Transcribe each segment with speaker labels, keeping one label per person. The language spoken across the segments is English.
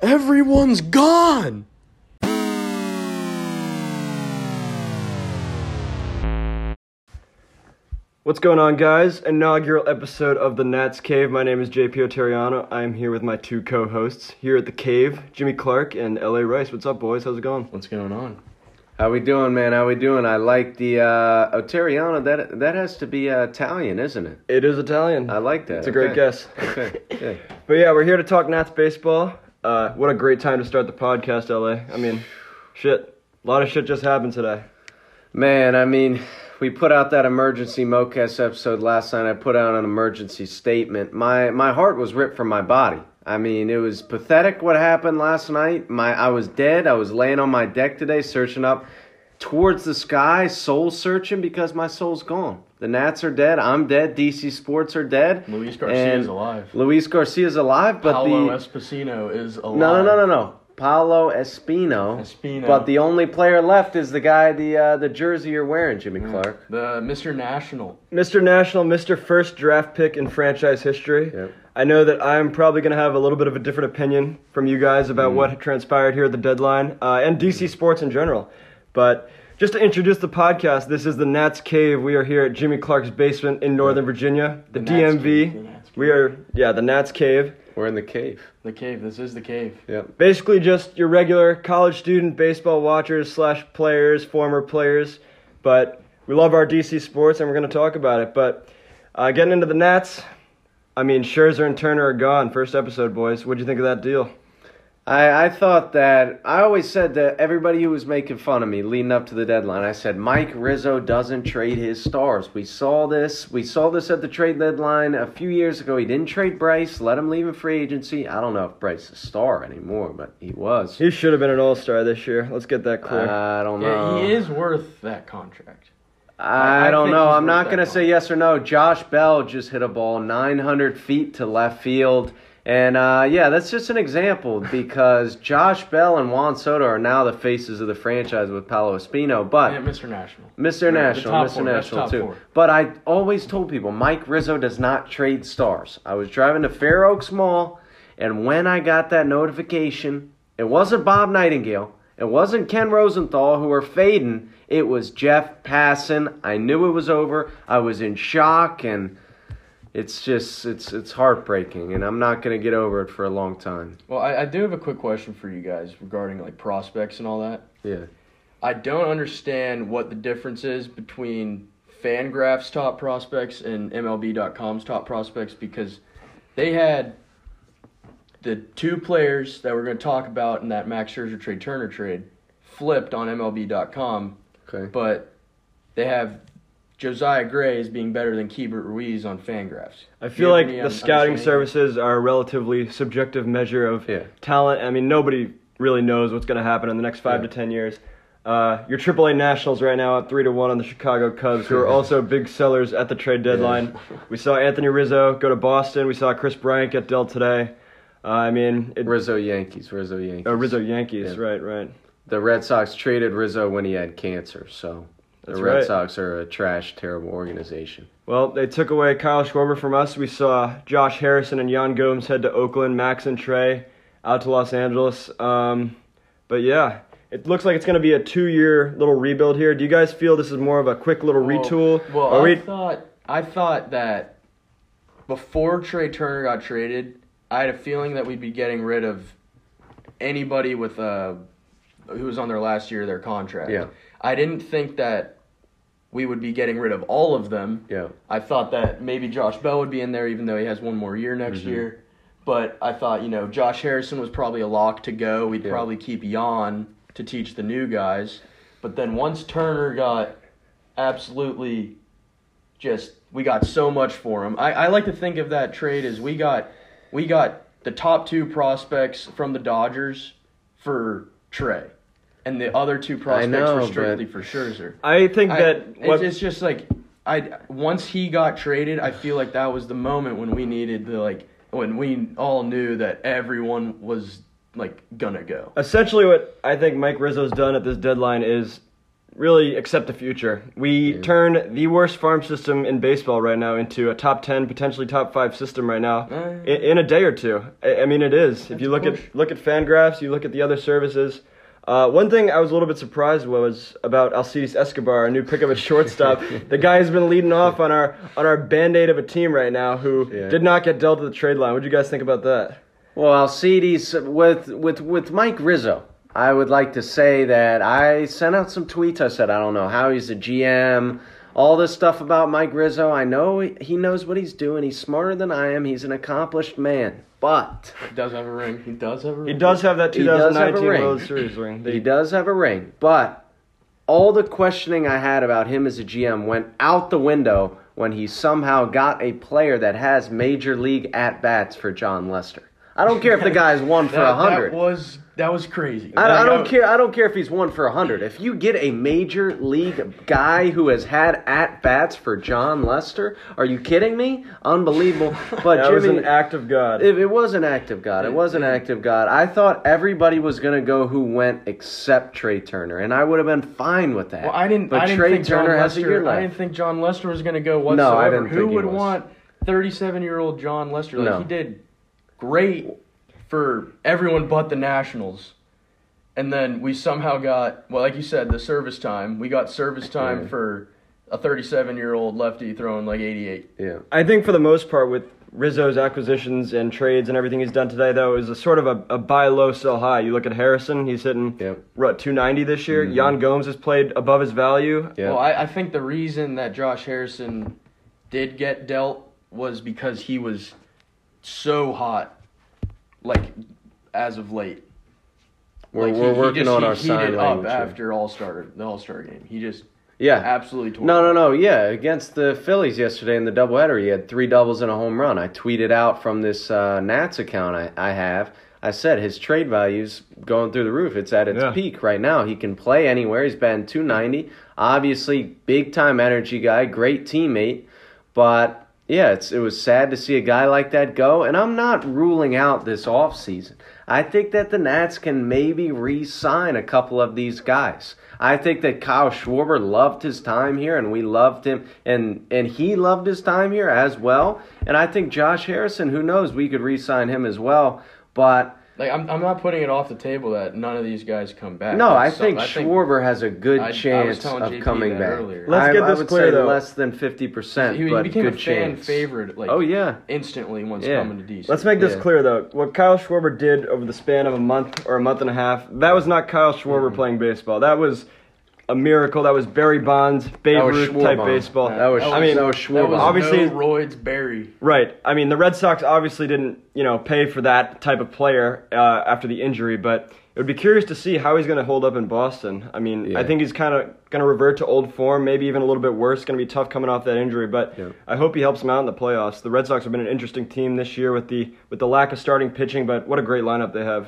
Speaker 1: Everyone's gone!
Speaker 2: What's going on, guys? Inaugural episode of the Nats Cave. My name is JP Oteriano. I'm here with my two co hosts here at the Cave, Jimmy Clark and LA Rice. What's up, boys? How's it going?
Speaker 1: What's going on?
Speaker 3: How we doing, man? How we doing? I like the uh, Oteriano. That that has to be uh, Italian, isn't it?
Speaker 2: It is Italian.
Speaker 3: I like that.
Speaker 2: It's a great
Speaker 3: Okay.
Speaker 2: guess.
Speaker 3: Okay. good.
Speaker 2: But yeah, we're here to talk Nats baseball. Uh, what a great time to start the podcast, LA. I mean, shit. A lot of shit just happened today.
Speaker 3: Man, I mean, we put out that emergency MoCast episode last night. I put out an emergency statement. My my heart was ripped from my body. I mean, it was pathetic what happened last night. My I was dead. I was laying on my deck today, searching up towards the sky, soul searching because my soul's gone. The Nats are dead. I'm dead. DC Sports are dead.
Speaker 4: Luis Garcia is alive.
Speaker 3: Luis Garcia's alive, but
Speaker 4: Paolo
Speaker 3: the
Speaker 4: Espasino is alive.
Speaker 3: no, no, no, no, no. Paolo Espino.
Speaker 4: Espino.
Speaker 3: But the only player left is the guy the uh, the jersey you're wearing, Jimmy Clark.
Speaker 4: The Mr. National.
Speaker 2: Mr. National, Mr. First Draft Pick in franchise history.
Speaker 3: Yep.
Speaker 2: I know that I'm probably going to have a little bit of a different opinion from you guys about
Speaker 4: Hmm.
Speaker 2: what transpired here at the deadline uh, and DC sports in general. But just to introduce the podcast, this is the Nats Cave. We are here at Jimmy Clark's basement in Northern Virginia,
Speaker 4: The
Speaker 2: the,
Speaker 4: Nats
Speaker 2: DMV.
Speaker 4: Cave, the Nats
Speaker 2: We are, yeah, the Nats Cave.
Speaker 3: We're in the cave.
Speaker 4: The cave. This is the cave.
Speaker 3: Yep.
Speaker 2: Basically, just your regular college student baseball watchers slash players, former players. But we love our DC sports, and we're going to talk about it. But uh, getting into the Nats, I mean, Scherzer and Turner are gone. First episode, boys. What'd you think of that deal?
Speaker 3: I, I thought that I always said that everybody who was making fun of me leading up to the deadline, I said Mike Rizzo doesn't trade his stars. We saw this. We saw this at the trade deadline a few years ago. He didn't trade Bryce, let him leave in free agency. I don't know if Bryce is a star anymore, but he was.
Speaker 2: He should have been an All Star this year. Let's get that clear.
Speaker 3: I don't know.
Speaker 4: Yeah, he is worth that contract.
Speaker 3: I,
Speaker 4: I
Speaker 3: don't
Speaker 4: think
Speaker 3: know.
Speaker 4: he's
Speaker 3: I'm
Speaker 4: worth
Speaker 3: not
Speaker 4: that
Speaker 3: going to
Speaker 4: call.
Speaker 3: say yes or no. Josh Bell just hit a ball 900 feet to left field. And uh, yeah, that's just an example because Josh Bell and Juan Soto are now the faces of the franchise with Paolo Espino. But
Speaker 4: And Mr. National.
Speaker 3: Mr. National,
Speaker 4: top
Speaker 3: Mr.
Speaker 4: four, that's
Speaker 3: National
Speaker 4: top
Speaker 3: too.
Speaker 4: four.
Speaker 3: But I always told people Mike Rizzo does not trade stars. I was driving to Fair Oaks Mall, and when I got that notification, it wasn't Bob Nightingale, it wasn't Ken Rosenthal who were fading. It was Jeff Passan. I knew it was over. I was in shock, and it's just it's it's heartbreaking, and I'm not gonna get over it for a long time.
Speaker 4: Well, I, I do have a quick question for you guys regarding like prospects and all that.
Speaker 3: Yeah.
Speaker 4: I don't understand what the difference is between Fangraph's top prospects and MLB.com's top prospects because they had the two players that we're going to talk about in that Max Scherzer trade Turner trade flipped on MLB.com,
Speaker 3: Okay.
Speaker 4: but they have Josiah Gray as being better than Keibert Ruiz on Fangraphs.
Speaker 2: I
Speaker 4: Do you
Speaker 2: feel like
Speaker 4: agree
Speaker 2: the
Speaker 4: on-
Speaker 2: scouting
Speaker 4: understanding?
Speaker 2: services are a relatively subjective measure of
Speaker 3: Yeah.
Speaker 2: talent. I mean, nobody really knows what's going to happen in the next five to ten years. Uh, your AAA Nationals right now at three to one on the Chicago Cubs, who are also big sellers at the trade deadline. We saw Anthony Rizzo go to Boston. We saw Chris Bryant get dealt today. Uh, I mean, it,
Speaker 3: Rizzo Yankees. Rizzo Yankees.
Speaker 4: Oh,
Speaker 2: uh, Rizzo Yankees,
Speaker 3: Yeah.
Speaker 2: right, right.
Speaker 3: the Red Sox traded Rizzo when he had cancer, so
Speaker 2: That's
Speaker 3: the Red
Speaker 2: right.
Speaker 3: Sox are a trash, terrible organization.
Speaker 2: Well, they took away Kyle Schwarber from us. We saw Josh Harrison and Jan Gomes head to Oakland. Max and Trey out to Los Angeles. Um, but yeah, it looks like it's going to be a two-year little rebuild here. Do you guys feel this is more of a quick little retool?
Speaker 4: Well,
Speaker 2: Are
Speaker 4: I
Speaker 2: we-
Speaker 4: thought I thought that before Trey Turner got traded, I had a feeling that we'd be getting rid of anybody with uh who was on their last year of their contract.
Speaker 3: Yeah.
Speaker 4: I didn't think that we would be getting rid of all of them.
Speaker 3: Yeah.
Speaker 4: I thought that maybe Josh Bell would be in there, even though he has one more year next
Speaker 3: Mm-hmm.
Speaker 4: year. But I thought, you know, Josh Harrison was probably a lock to go. We'd probably keep Jan to teach the new guys. But then once Turner got absolutely just, we got so much for him. I, I like to think of that trade as we got, we got the top two prospects from the Dodgers for Trey, and the other two prospects
Speaker 3: know,
Speaker 4: were
Speaker 3: but-
Speaker 4: strictly for Scherzer.
Speaker 2: I think
Speaker 4: I-
Speaker 2: that
Speaker 4: it's,
Speaker 2: what,
Speaker 4: it's just like I once he got traded, I feel like that was the moment when we needed the like when we all knew that everyone was like gonna go.
Speaker 2: essentially what I think Mike Rizzo's done at this deadline is really accept the future. We turn the worst farm system in baseball right now into a top ten, potentially top five system right now
Speaker 3: Oh,
Speaker 4: Yeah.
Speaker 2: in, in a day or two. I, I mean, it is. if you look at look at FanGraphs, you look at the other services. Uh, one thing I was a little bit surprised was about Alcides Escobar, our new pickup at shortstop. the guy has been leading off on our on our band aid of a team right now, who
Speaker 3: Yeah.
Speaker 2: did not get dealt at the trade line. What do you guys think about that?
Speaker 3: Well, Alcides, uh, with with with Mike Rizzo, I would like to say that I sent out some tweets. I said I don't know how he's a GM, all this stuff about Mike Rizzo. I know he knows what he's doing. He's smarter than I am. He's an accomplished man, but
Speaker 4: He does have a ring. He does have a
Speaker 2: He
Speaker 4: ring.
Speaker 2: does have that
Speaker 3: He does have a
Speaker 2: 2019
Speaker 3: ring.
Speaker 2: World Series ring.
Speaker 3: he does have a ring. But all the questioning I had about him as a GM went out the window when he somehow got a player that has major league at bats for John Lester. I don't care if the guy's one for a
Speaker 4: That, that
Speaker 3: hundred.
Speaker 4: was that was crazy.
Speaker 3: I, I
Speaker 4: Like,
Speaker 3: don't
Speaker 4: I-
Speaker 3: care. I don't care if he's one for a hundred. If you get a major league guy who has had at bats for John Lester, are you kidding me? Unbelievable. But
Speaker 2: That
Speaker 3: Jimmy,
Speaker 2: was an act of God.
Speaker 3: if it was an act of God, it was an act of God. I thought everybody was gonna go who went except Trey Turner, and I would have been fine with that.
Speaker 4: Well, I didn't.
Speaker 3: But
Speaker 4: I didn't
Speaker 3: Trey
Speaker 4: think
Speaker 3: Turner
Speaker 4: John
Speaker 3: has
Speaker 4: Lester.
Speaker 3: a year
Speaker 4: I
Speaker 3: left.
Speaker 4: didn't think John Lester was going to go
Speaker 3: No, I
Speaker 4: whatsoever.
Speaker 3: didn't
Speaker 4: Who
Speaker 3: think he
Speaker 4: would
Speaker 3: was.
Speaker 4: want 37-year-old John Lester? Like
Speaker 3: No.
Speaker 4: he did great for everyone but the Nationals. And then we somehow got well, like you said, the service time. We got service time
Speaker 3: Yeah.
Speaker 4: for a 37-year-old lefty throwing like 88.
Speaker 3: yeah.
Speaker 2: I think for the most part, with Rizzo's acquisitions and trades and everything he's done today, though, is a sort of a, a buy low, sell high. You look at Harrison; he's hitting
Speaker 3: Yep.
Speaker 2: what 290 this year. Jan Gomes has played above his value.
Speaker 3: Yeah.
Speaker 4: Well, I, I think the reason that Josh Harrison did get dealt was because he was so hot, like as of late.
Speaker 3: we're
Speaker 4: Like, he-
Speaker 3: we're
Speaker 4: he
Speaker 3: working
Speaker 4: just-
Speaker 3: on
Speaker 4: he
Speaker 3: our sign
Speaker 4: heated up
Speaker 3: language. here.
Speaker 4: after All Star the All Star game. He just
Speaker 3: yeah.
Speaker 4: absolutely tore.
Speaker 3: No,
Speaker 4: it.
Speaker 3: no, no. Yeah, against the Phillies yesterday in the doubleheader, he had three doubles and a home run. I tweeted out from this uh, Nats account I, I have. I said his trade value's going through the roof. It's at its
Speaker 2: Yeah.
Speaker 3: peak right now. He can play anywhere. He's batting 290. Obviously, big time energy guy, great teammate. But yeah, it's it was sad to see a guy like that go. And I'm not ruling out this offseason. I think that the Nats can maybe re sign a couple of these guys. I think that Kyle Schwarber loved his time here and we loved him and and he loved his time here as well. And I think Josh Harrison, who knows, we could re sign him as well. But
Speaker 4: Like I'm, I'm not putting it off the table that none of these guys come back.
Speaker 3: no, I
Speaker 4: That's
Speaker 3: think
Speaker 4: something-
Speaker 3: Schwarber has a good
Speaker 4: I- I was
Speaker 3: chance
Speaker 4: telling
Speaker 3: of
Speaker 4: JP
Speaker 3: coming
Speaker 4: that
Speaker 3: back.
Speaker 4: earlier.
Speaker 2: Let's
Speaker 3: I-
Speaker 2: get
Speaker 3: I
Speaker 2: this
Speaker 3: would
Speaker 2: clear,
Speaker 3: say
Speaker 2: though.
Speaker 3: Less than fifty percent,
Speaker 4: he, he
Speaker 3: but
Speaker 4: became
Speaker 3: good
Speaker 4: a fan
Speaker 3: chance.
Speaker 4: favorite. Like
Speaker 3: Oh yeah,
Speaker 4: instantly once
Speaker 3: Yeah.
Speaker 4: coming to DC.
Speaker 2: Let's make this
Speaker 3: Yeah.
Speaker 2: clear, though. What Kyle Schwarber did over the span of a month or a month and a half, that was not Kyle Schwarber playing baseball. That was a miracle. That was Barry Bonds, Babe
Speaker 3: That was
Speaker 2: Ruth type
Speaker 3: Schwarber.
Speaker 2: baseball.
Speaker 3: That was-
Speaker 2: I mean,
Speaker 3: that was
Speaker 4: that was
Speaker 3: Schwarber.
Speaker 2: Obviously-
Speaker 4: no Royds Barry.
Speaker 2: Right. I mean, the Red Sox obviously didn't, you know, pay for that type of player uh, after the injury, but it would be curious to see how he's going to hold up in Boston. I mean,
Speaker 3: Yeah.
Speaker 2: I think he's kind of going to revert to old form, maybe even a little bit worse. Going to be tough coming off that injury, but
Speaker 3: Yeah.
Speaker 2: I hope he helps him out in the playoffs. The Red Sox have been an interesting team this year with the with the lack of starting pitching, but what a great lineup they have.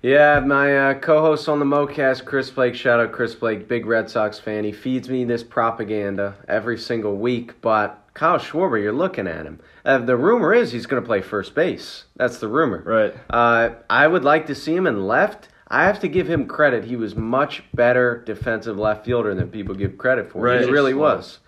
Speaker 3: Yeah, my uh, co-host on the MoCast, Chris Blake. Shout out Chris Blake, big Red Sox fan. He feeds me this propaganda every single week. But Kyle Schwarber, you're looking at him. Uh, the rumor is he's going to play first base. That's the rumor.
Speaker 2: Right.
Speaker 3: Uh, I would like to see him in left. I have to give him credit. He was much better defensive left fielder than people give credit for.
Speaker 2: Right.
Speaker 3: He
Speaker 2: He's
Speaker 3: really
Speaker 4: slow.
Speaker 3: was.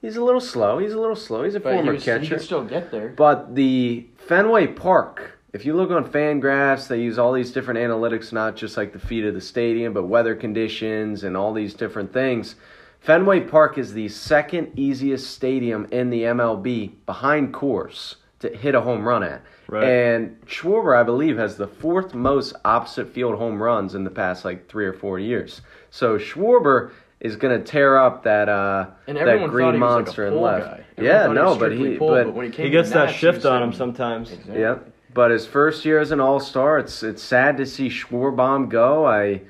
Speaker 3: He's a little slow. He's a little slow. He's a
Speaker 4: But he,
Speaker 3: former
Speaker 4: was, he
Speaker 3: catcher.
Speaker 4: could still get there.
Speaker 3: But the Fenway Park, if you look on Fangraphs, they use all these different analytics, not just like the feet of the stadium, but weather conditions and all these different things. Fenway Park is the second easiest stadium in the MLB behind Coors to hit a home run at.
Speaker 2: Right.
Speaker 3: And Schwarber, I believe, has the fourth most opposite field home runs in the past like three or four years. So Schwarber is going to tear up that uh,
Speaker 4: And
Speaker 3: that
Speaker 4: everyone thought
Speaker 3: green
Speaker 4: he was like a
Speaker 3: monster
Speaker 4: pull
Speaker 3: in left.
Speaker 4: guy. Everyone
Speaker 3: Yeah,
Speaker 4: thought was
Speaker 3: no, but
Speaker 4: strictly
Speaker 3: he
Speaker 4: pull,
Speaker 3: but,
Speaker 4: but when he, came
Speaker 2: He
Speaker 4: to
Speaker 2: gets
Speaker 4: the
Speaker 2: that
Speaker 4: Nats, he
Speaker 2: shift
Speaker 4: was
Speaker 2: on him
Speaker 4: hitting-
Speaker 2: sometimes.
Speaker 4: Exactly.
Speaker 3: Yep. But his first year as an All Star, it's it's sad to see Schwarbaum go. I,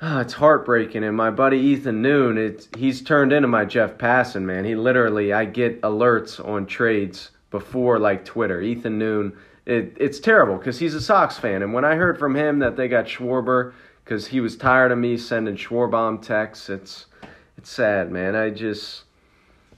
Speaker 3: ah, it's heartbreaking. And my buddy Ethan Noon, it's he's turned into my Jeff Passan man. He literally, I get alerts on trades before like Twitter. Ethan Noon, it it's terrible because he's a Sox fan. And when I heard from him that they got Schwarber, because he was tired of me sending Schwarbaum texts, it's it's sad, man. I just.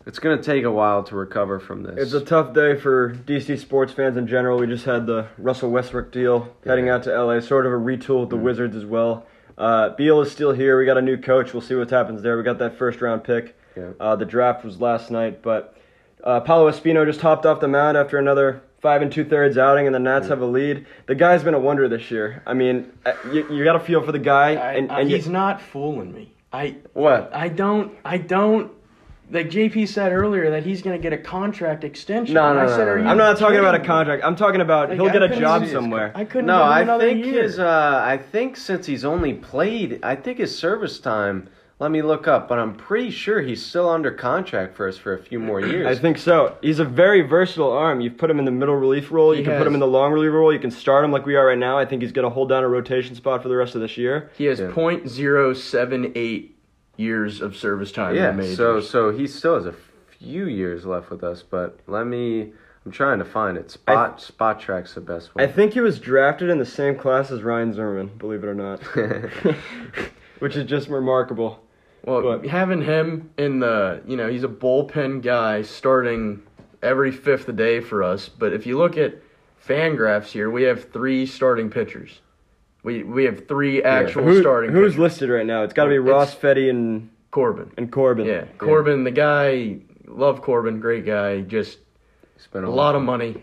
Speaker 3: It's gonna take a while to recover from this.
Speaker 2: It's a tough day for DC sports fans in general. We just had the Russell Westbrook deal heading out to LA, sort of a retool with the Wizards as well. Uh, Beal is still here. We got a new coach. We'll see what happens there. We got that first round pick.
Speaker 3: Yeah.
Speaker 2: Uh, the draft was last night, but uh, Paulo Espino just hopped off the mound after another five and two thirds outing, and the Nats have a lead. The guy's been a wonder this year. I mean, uh, you, you got to feel for the guy,
Speaker 4: I,
Speaker 2: and,
Speaker 4: I-
Speaker 2: and you-
Speaker 4: he's not fooling me. I
Speaker 3: What?
Speaker 4: I don't I don't like JP said earlier that he's gonna get a contract extension.
Speaker 3: No,
Speaker 4: And I
Speaker 3: no, no,
Speaker 4: said,
Speaker 3: no,
Speaker 4: "Are
Speaker 3: no.
Speaker 4: you
Speaker 2: I'm not talking
Speaker 4: kidding
Speaker 2: about a
Speaker 4: me?"
Speaker 2: contract. I'm talking about
Speaker 4: Like,
Speaker 2: he'll
Speaker 4: I
Speaker 2: get a
Speaker 4: couldn't
Speaker 2: job
Speaker 4: see his
Speaker 2: somewhere.
Speaker 4: I couldn't.
Speaker 3: No,
Speaker 4: give him
Speaker 3: I
Speaker 4: another
Speaker 3: think
Speaker 4: year.
Speaker 3: his. Uh, I think since he's only played, I think his service time. Let me look up, but I'm pretty sure he's still under contract for us for a few more years.
Speaker 2: I think so. He's a very versatile arm. You've put him in the middle relief role.
Speaker 4: He
Speaker 2: you can put
Speaker 4: has-
Speaker 2: him in the long relief role. You can start him like we are right now. I think he's going to hold down a rotation spot for the rest of this year.
Speaker 4: He has
Speaker 3: Yeah.
Speaker 4: point zero seven eight years of service time. in the
Speaker 3: Yeah.
Speaker 4: majors.
Speaker 3: So so he still has a few years left with us, but let me. I'm trying to find it. Spot Spot Track's the best
Speaker 2: I
Speaker 3: one.
Speaker 2: think he was drafted in the same class as Ryan Zimmerman, believe it or not, which is just remarkable.
Speaker 4: well,
Speaker 2: but-
Speaker 4: having him in the you know he's a bullpen guy starting every fifth day for us. But if you look at fan graphs here, we have three starting pitchers. We we have three actual
Speaker 2: Who-
Speaker 4: starting.
Speaker 2: who's
Speaker 4: pitchers.
Speaker 2: listed right now? It's got to be
Speaker 4: It's-
Speaker 2: Ross Fetty and,
Speaker 4: Corbin?
Speaker 2: and Corbin.
Speaker 4: Yeah, Corbin, the guy, love Corbin, great guy. Just
Speaker 3: It's been
Speaker 4: a
Speaker 3: while.
Speaker 4: lot of money,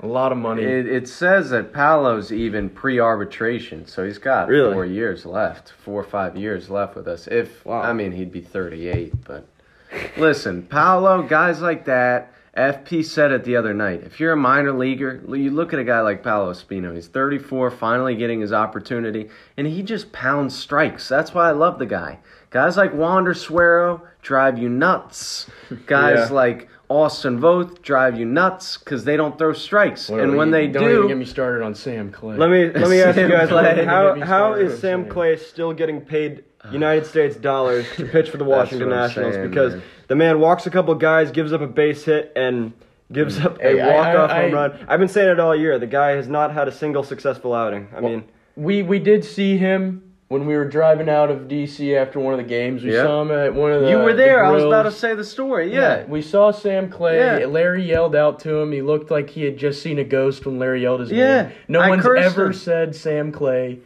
Speaker 4: a lot of money.
Speaker 3: It, it says that Paolo's even pre-arbitration, so he's got
Speaker 2: Really?
Speaker 3: four years left, four or five years left with us. If
Speaker 2: Wow.
Speaker 3: I mean, he'd be thirty-eight. But listen, Paolo, guys like that. FP said it the other night. If you're a minor leaguer, l- you look at a guy like Paolo Espino. He's 34, finally getting his opportunity, and he just pounds strikes. That's why I love the guy. Guys like Wander Suero drive you nuts. Guys
Speaker 2: Yeah.
Speaker 3: like Austin Voth drive you nuts because they don't throw strikes.
Speaker 4: Well,
Speaker 3: and when
Speaker 4: you-
Speaker 3: they
Speaker 4: don't even get
Speaker 3: do,
Speaker 4: me started on Sam Clay.
Speaker 2: Let me let me ask you
Speaker 3: Sam
Speaker 2: guys
Speaker 3: Clay.
Speaker 2: how
Speaker 4: Maybe
Speaker 2: how
Speaker 4: started
Speaker 2: is
Speaker 4: with
Speaker 2: Sam
Speaker 4: Sam.
Speaker 2: Clay still getting paid United States dollars to pitch for the Washington
Speaker 3: Uh, what I'm
Speaker 2: Nationals
Speaker 3: saying,
Speaker 2: because
Speaker 3: man.
Speaker 2: the man walks a couple guys, gives up a base hit and
Speaker 3: Mm.
Speaker 2: gives up a
Speaker 4: Hey, I-
Speaker 2: walk off
Speaker 4: I-
Speaker 2: home
Speaker 4: I-
Speaker 2: run. I've been saying it all year. The guy has not had a single successful outing. I mean,
Speaker 4: we we did see him when we were driving out of DC after one of the games. We
Speaker 3: Yeah.
Speaker 4: saw him at one of the.
Speaker 3: you were
Speaker 4: the
Speaker 3: there. I was about to
Speaker 4: grills.
Speaker 3: say the story. Yeah.
Speaker 4: we saw Sam Clay.
Speaker 3: Yeah.
Speaker 4: Larry yelled out to him. He looked like he had just seen a ghost when Larry yelled his
Speaker 3: Yeah,
Speaker 4: name. No
Speaker 3: I
Speaker 4: one's
Speaker 3: cursed
Speaker 4: ever
Speaker 3: him.
Speaker 4: said Sam Clay.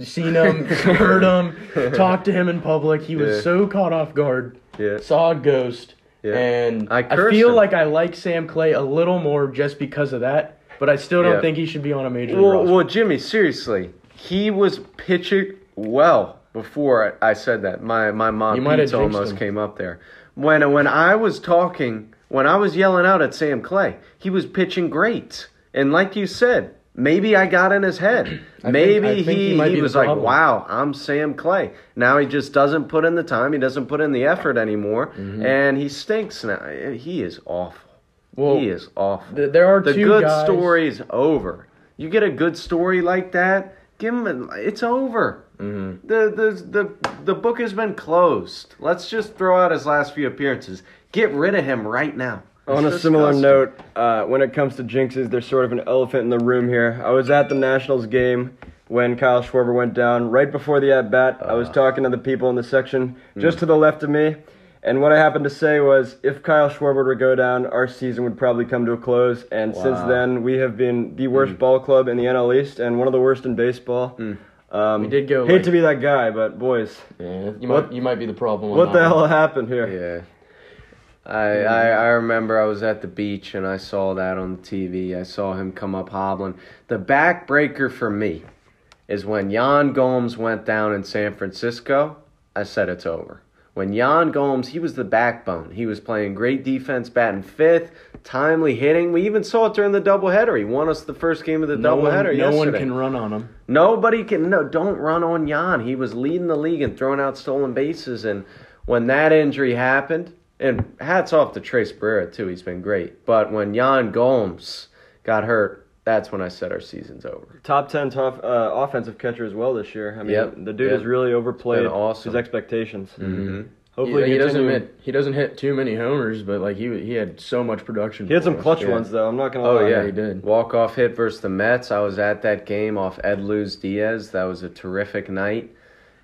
Speaker 4: Seen him, heard him, talked to him in public. He was
Speaker 3: Yeah.
Speaker 4: so caught off guard.
Speaker 3: Yeah.
Speaker 4: Saw a ghost.
Speaker 3: Yeah.
Speaker 4: And
Speaker 3: I
Speaker 4: I,
Speaker 3: cursed
Speaker 4: feel
Speaker 3: him.
Speaker 4: like I like Sam Clay a little more just because of that, but I still don't
Speaker 3: Yeah.
Speaker 4: think he should be on a major league
Speaker 3: Well,
Speaker 4: roster.
Speaker 3: well, Jimmy, seriously, he was pitching well before I I said that. My my mom
Speaker 4: You might have
Speaker 3: pizza
Speaker 4: jinxed
Speaker 3: almost
Speaker 4: him.
Speaker 3: came up there. When when I was talking, when I was yelling out at Sam Clay, he was pitching great. And like you said, maybe I got in his head. maybe
Speaker 4: I think
Speaker 3: he,
Speaker 4: he might
Speaker 3: he
Speaker 4: be the
Speaker 3: was like,
Speaker 4: problem.
Speaker 3: "Wow, I'm Sam Clay." Now he just doesn't put in the time. He doesn't put in the effort anymore,
Speaker 4: Mm-hmm.
Speaker 3: and he stinks now. He is awful.
Speaker 4: Well,
Speaker 3: he is awful
Speaker 4: Th- there are
Speaker 3: the
Speaker 4: two
Speaker 3: good
Speaker 4: guys-
Speaker 3: story is over. You get a good story like that, give him. A, it's over.
Speaker 2: Mm-hmm.
Speaker 3: The, the the the book has been closed. Let's just throw out his last few appearances. Get rid of him right now. It's
Speaker 2: on a
Speaker 3: disgusting.
Speaker 2: similar note, uh, when it comes to jinxes, there's sort of an elephant in the room here. I was at the Nationals game when Kyle Schwarber went down. Right before the at bat, I
Speaker 3: Ah.
Speaker 2: was talking to the people in the section
Speaker 3: Hmm.
Speaker 2: just to the left of me. And what I happened to say was, if Kyle Schwarber were to go down, our season would probably come to a close. And since
Speaker 3: Wow. Hmm.
Speaker 2: then, we have been the worst ball club in the NL East and one of the worst in baseball. Um,
Speaker 4: We did go,
Speaker 2: Hate
Speaker 4: like-
Speaker 2: to be that guy, but boys,
Speaker 4: yeah, you,
Speaker 2: What-
Speaker 4: might, you might be the problem. on
Speaker 2: what
Speaker 4: that
Speaker 2: the
Speaker 4: one.
Speaker 2: hell happened here?
Speaker 3: Yeah. I, I I remember I was at the beach and I saw that on the TV. I saw him come up hobbling. The backbreaker for me is when Jan Gomes went down in San Francisco. I said it's over. When Jan Gomes, he was the backbone. He was playing great defense, batting fifth, timely hitting. We even saw it during the doubleheader. He won us the first game of the
Speaker 4: No, one,
Speaker 3: doubleheader
Speaker 4: no
Speaker 3: yesterday.
Speaker 4: one can run on him.
Speaker 3: Nobody can no. Don't run on Jan. He was leading the league and throwing out stolen bases. And when that injury happened, and hats off to Trace Barrera too. He's been great. But when Jan Gomes got hurt, that's when I said our season's over.
Speaker 2: top ten tough uh, offensive catcher as well this year. I mean,
Speaker 3: Yep.
Speaker 2: the dude
Speaker 3: Yep.
Speaker 2: has really overplayed
Speaker 3: Been awesome.
Speaker 2: his expectations. Mm-hmm.
Speaker 4: He,
Speaker 2: Hopefully,
Speaker 4: he doesn't
Speaker 2: continue-
Speaker 4: hit. He doesn't hit too many homers, but like he he had so much production.
Speaker 2: He had
Speaker 4: for
Speaker 2: some
Speaker 4: us.
Speaker 2: clutch
Speaker 3: yeah.
Speaker 2: ones though. I'm not gonna
Speaker 3: Oh
Speaker 2: lie.
Speaker 3: yeah,
Speaker 4: he did.
Speaker 3: Walk off hit versus the Mets. I was at that game off Ed Luz Diaz. That was a terrific night.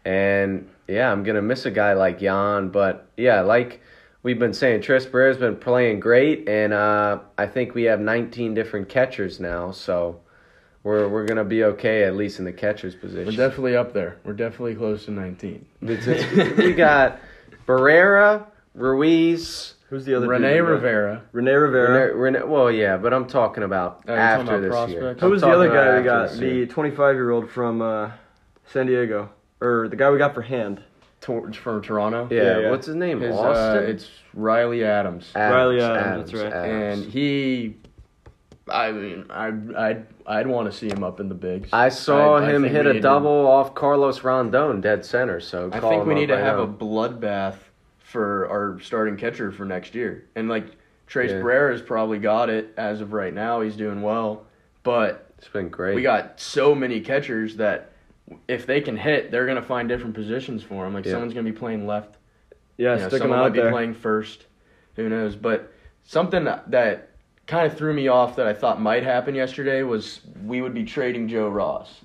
Speaker 3: And yeah, I'm gonna miss a guy like Jan, but yeah, like we've been saying, Tris Barrera's been playing great, and uh, I think we have 19 different catchers now, so We're we're gonna be okay at least in the catcher's
Speaker 4: We're
Speaker 3: position.
Speaker 4: definitely up there. We're definitely close to 19.
Speaker 3: It's- it's- we got Barrera, Ruiz.
Speaker 2: Who's the other? dude
Speaker 4: Rene
Speaker 2: we got?
Speaker 4: Rivera.
Speaker 2: Rene Rivera.
Speaker 3: Rene, Rene, well, yeah, but I'm talking about
Speaker 4: Oh, you're
Speaker 3: after
Speaker 4: talking about
Speaker 3: this year.
Speaker 4: prospects?
Speaker 2: Who
Speaker 3: I'm
Speaker 2: was the
Speaker 3: talking
Speaker 2: other
Speaker 3: about
Speaker 2: guy we
Speaker 3: after
Speaker 2: got?
Speaker 3: this year.
Speaker 2: The 25 year old from uh, San Diego, or the guy we got for hand.
Speaker 4: Tor- from Toronto.
Speaker 3: yeah,
Speaker 2: yeah, yeah.
Speaker 3: what's his name?
Speaker 4: His, uh,
Speaker 3: Austin.
Speaker 4: it's Riley Adams.
Speaker 2: Riley Adams, that's right.
Speaker 4: and he I mean I I'd I'd want to see him up in the bigs.
Speaker 3: I saw
Speaker 4: I- I
Speaker 3: him
Speaker 4: think
Speaker 3: hit
Speaker 4: we
Speaker 3: a
Speaker 4: need to-
Speaker 3: double off Carlos Rondon, dead center. So
Speaker 4: I
Speaker 3: call
Speaker 4: think
Speaker 3: him
Speaker 4: we
Speaker 3: up
Speaker 4: need to
Speaker 3: right
Speaker 4: have
Speaker 3: now.
Speaker 4: a bloodbath for our starting catcher for next year. And like Trace
Speaker 3: Yeah.
Speaker 4: Barrera's probably got it as of right now. He's doing well, but
Speaker 3: It's been great.
Speaker 4: we got so many catchers that if they can hit, they're gonna find different positions for them. Like
Speaker 3: Yeah.
Speaker 4: someone's gonna be playing left.
Speaker 2: Yeah,
Speaker 4: you know,
Speaker 2: stick him
Speaker 4: someone might
Speaker 2: out
Speaker 4: be
Speaker 2: there.
Speaker 4: playing first. Who knows? But something that kind of threw me off that I thought might happen yesterday was we would be trading Joe Ross.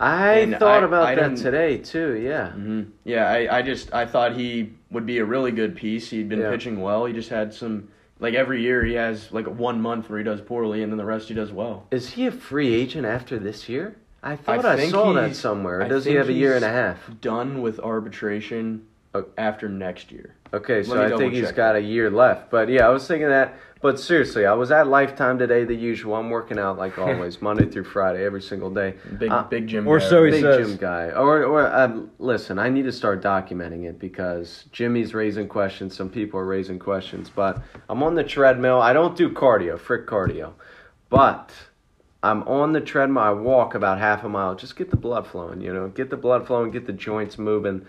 Speaker 3: I
Speaker 4: and
Speaker 3: thought
Speaker 4: I-
Speaker 3: about
Speaker 4: I
Speaker 3: that
Speaker 4: didn't-
Speaker 3: today too. Yeah,
Speaker 2: Mm-hmm.
Speaker 4: Yeah, I, I just I thought he would be a really good piece. He'd been
Speaker 3: Yeah.
Speaker 4: pitching well. He just had some like every year he has like one month where he does poorly and then the rest he does well.
Speaker 3: is he a free agent after this year? I thought I,
Speaker 4: think
Speaker 3: saw that
Speaker 4: he's-
Speaker 3: somewhere. Or
Speaker 4: I
Speaker 3: Does he
Speaker 4: think
Speaker 3: have a year and
Speaker 4: he's
Speaker 3: a half?
Speaker 4: Done with arbitration
Speaker 2: Oh.
Speaker 3: O-
Speaker 4: after next year.
Speaker 3: Okay, so
Speaker 4: me
Speaker 3: I
Speaker 4: double
Speaker 3: think he's
Speaker 4: check
Speaker 3: got a year left. But yeah, I was thinking that. But seriously, I was at Lifetime today, the usual. I'm working out like always, Monday through Friday, every single day.
Speaker 4: Big
Speaker 3: Uh,
Speaker 4: big Jim.
Speaker 2: or
Speaker 4: Barrett.
Speaker 2: so he
Speaker 3: Big
Speaker 2: says.
Speaker 3: Jim guy. Or, or um, listen, I need to start documenting it because Jimmy's raising questions. Some people are raising questions, but I'm on the treadmill. I don't do cardio, frick cardio, but I'm on the treadmill. I walk about half a mile. Just get the blood flowing, you know, get the blood flowing, get the joints moving.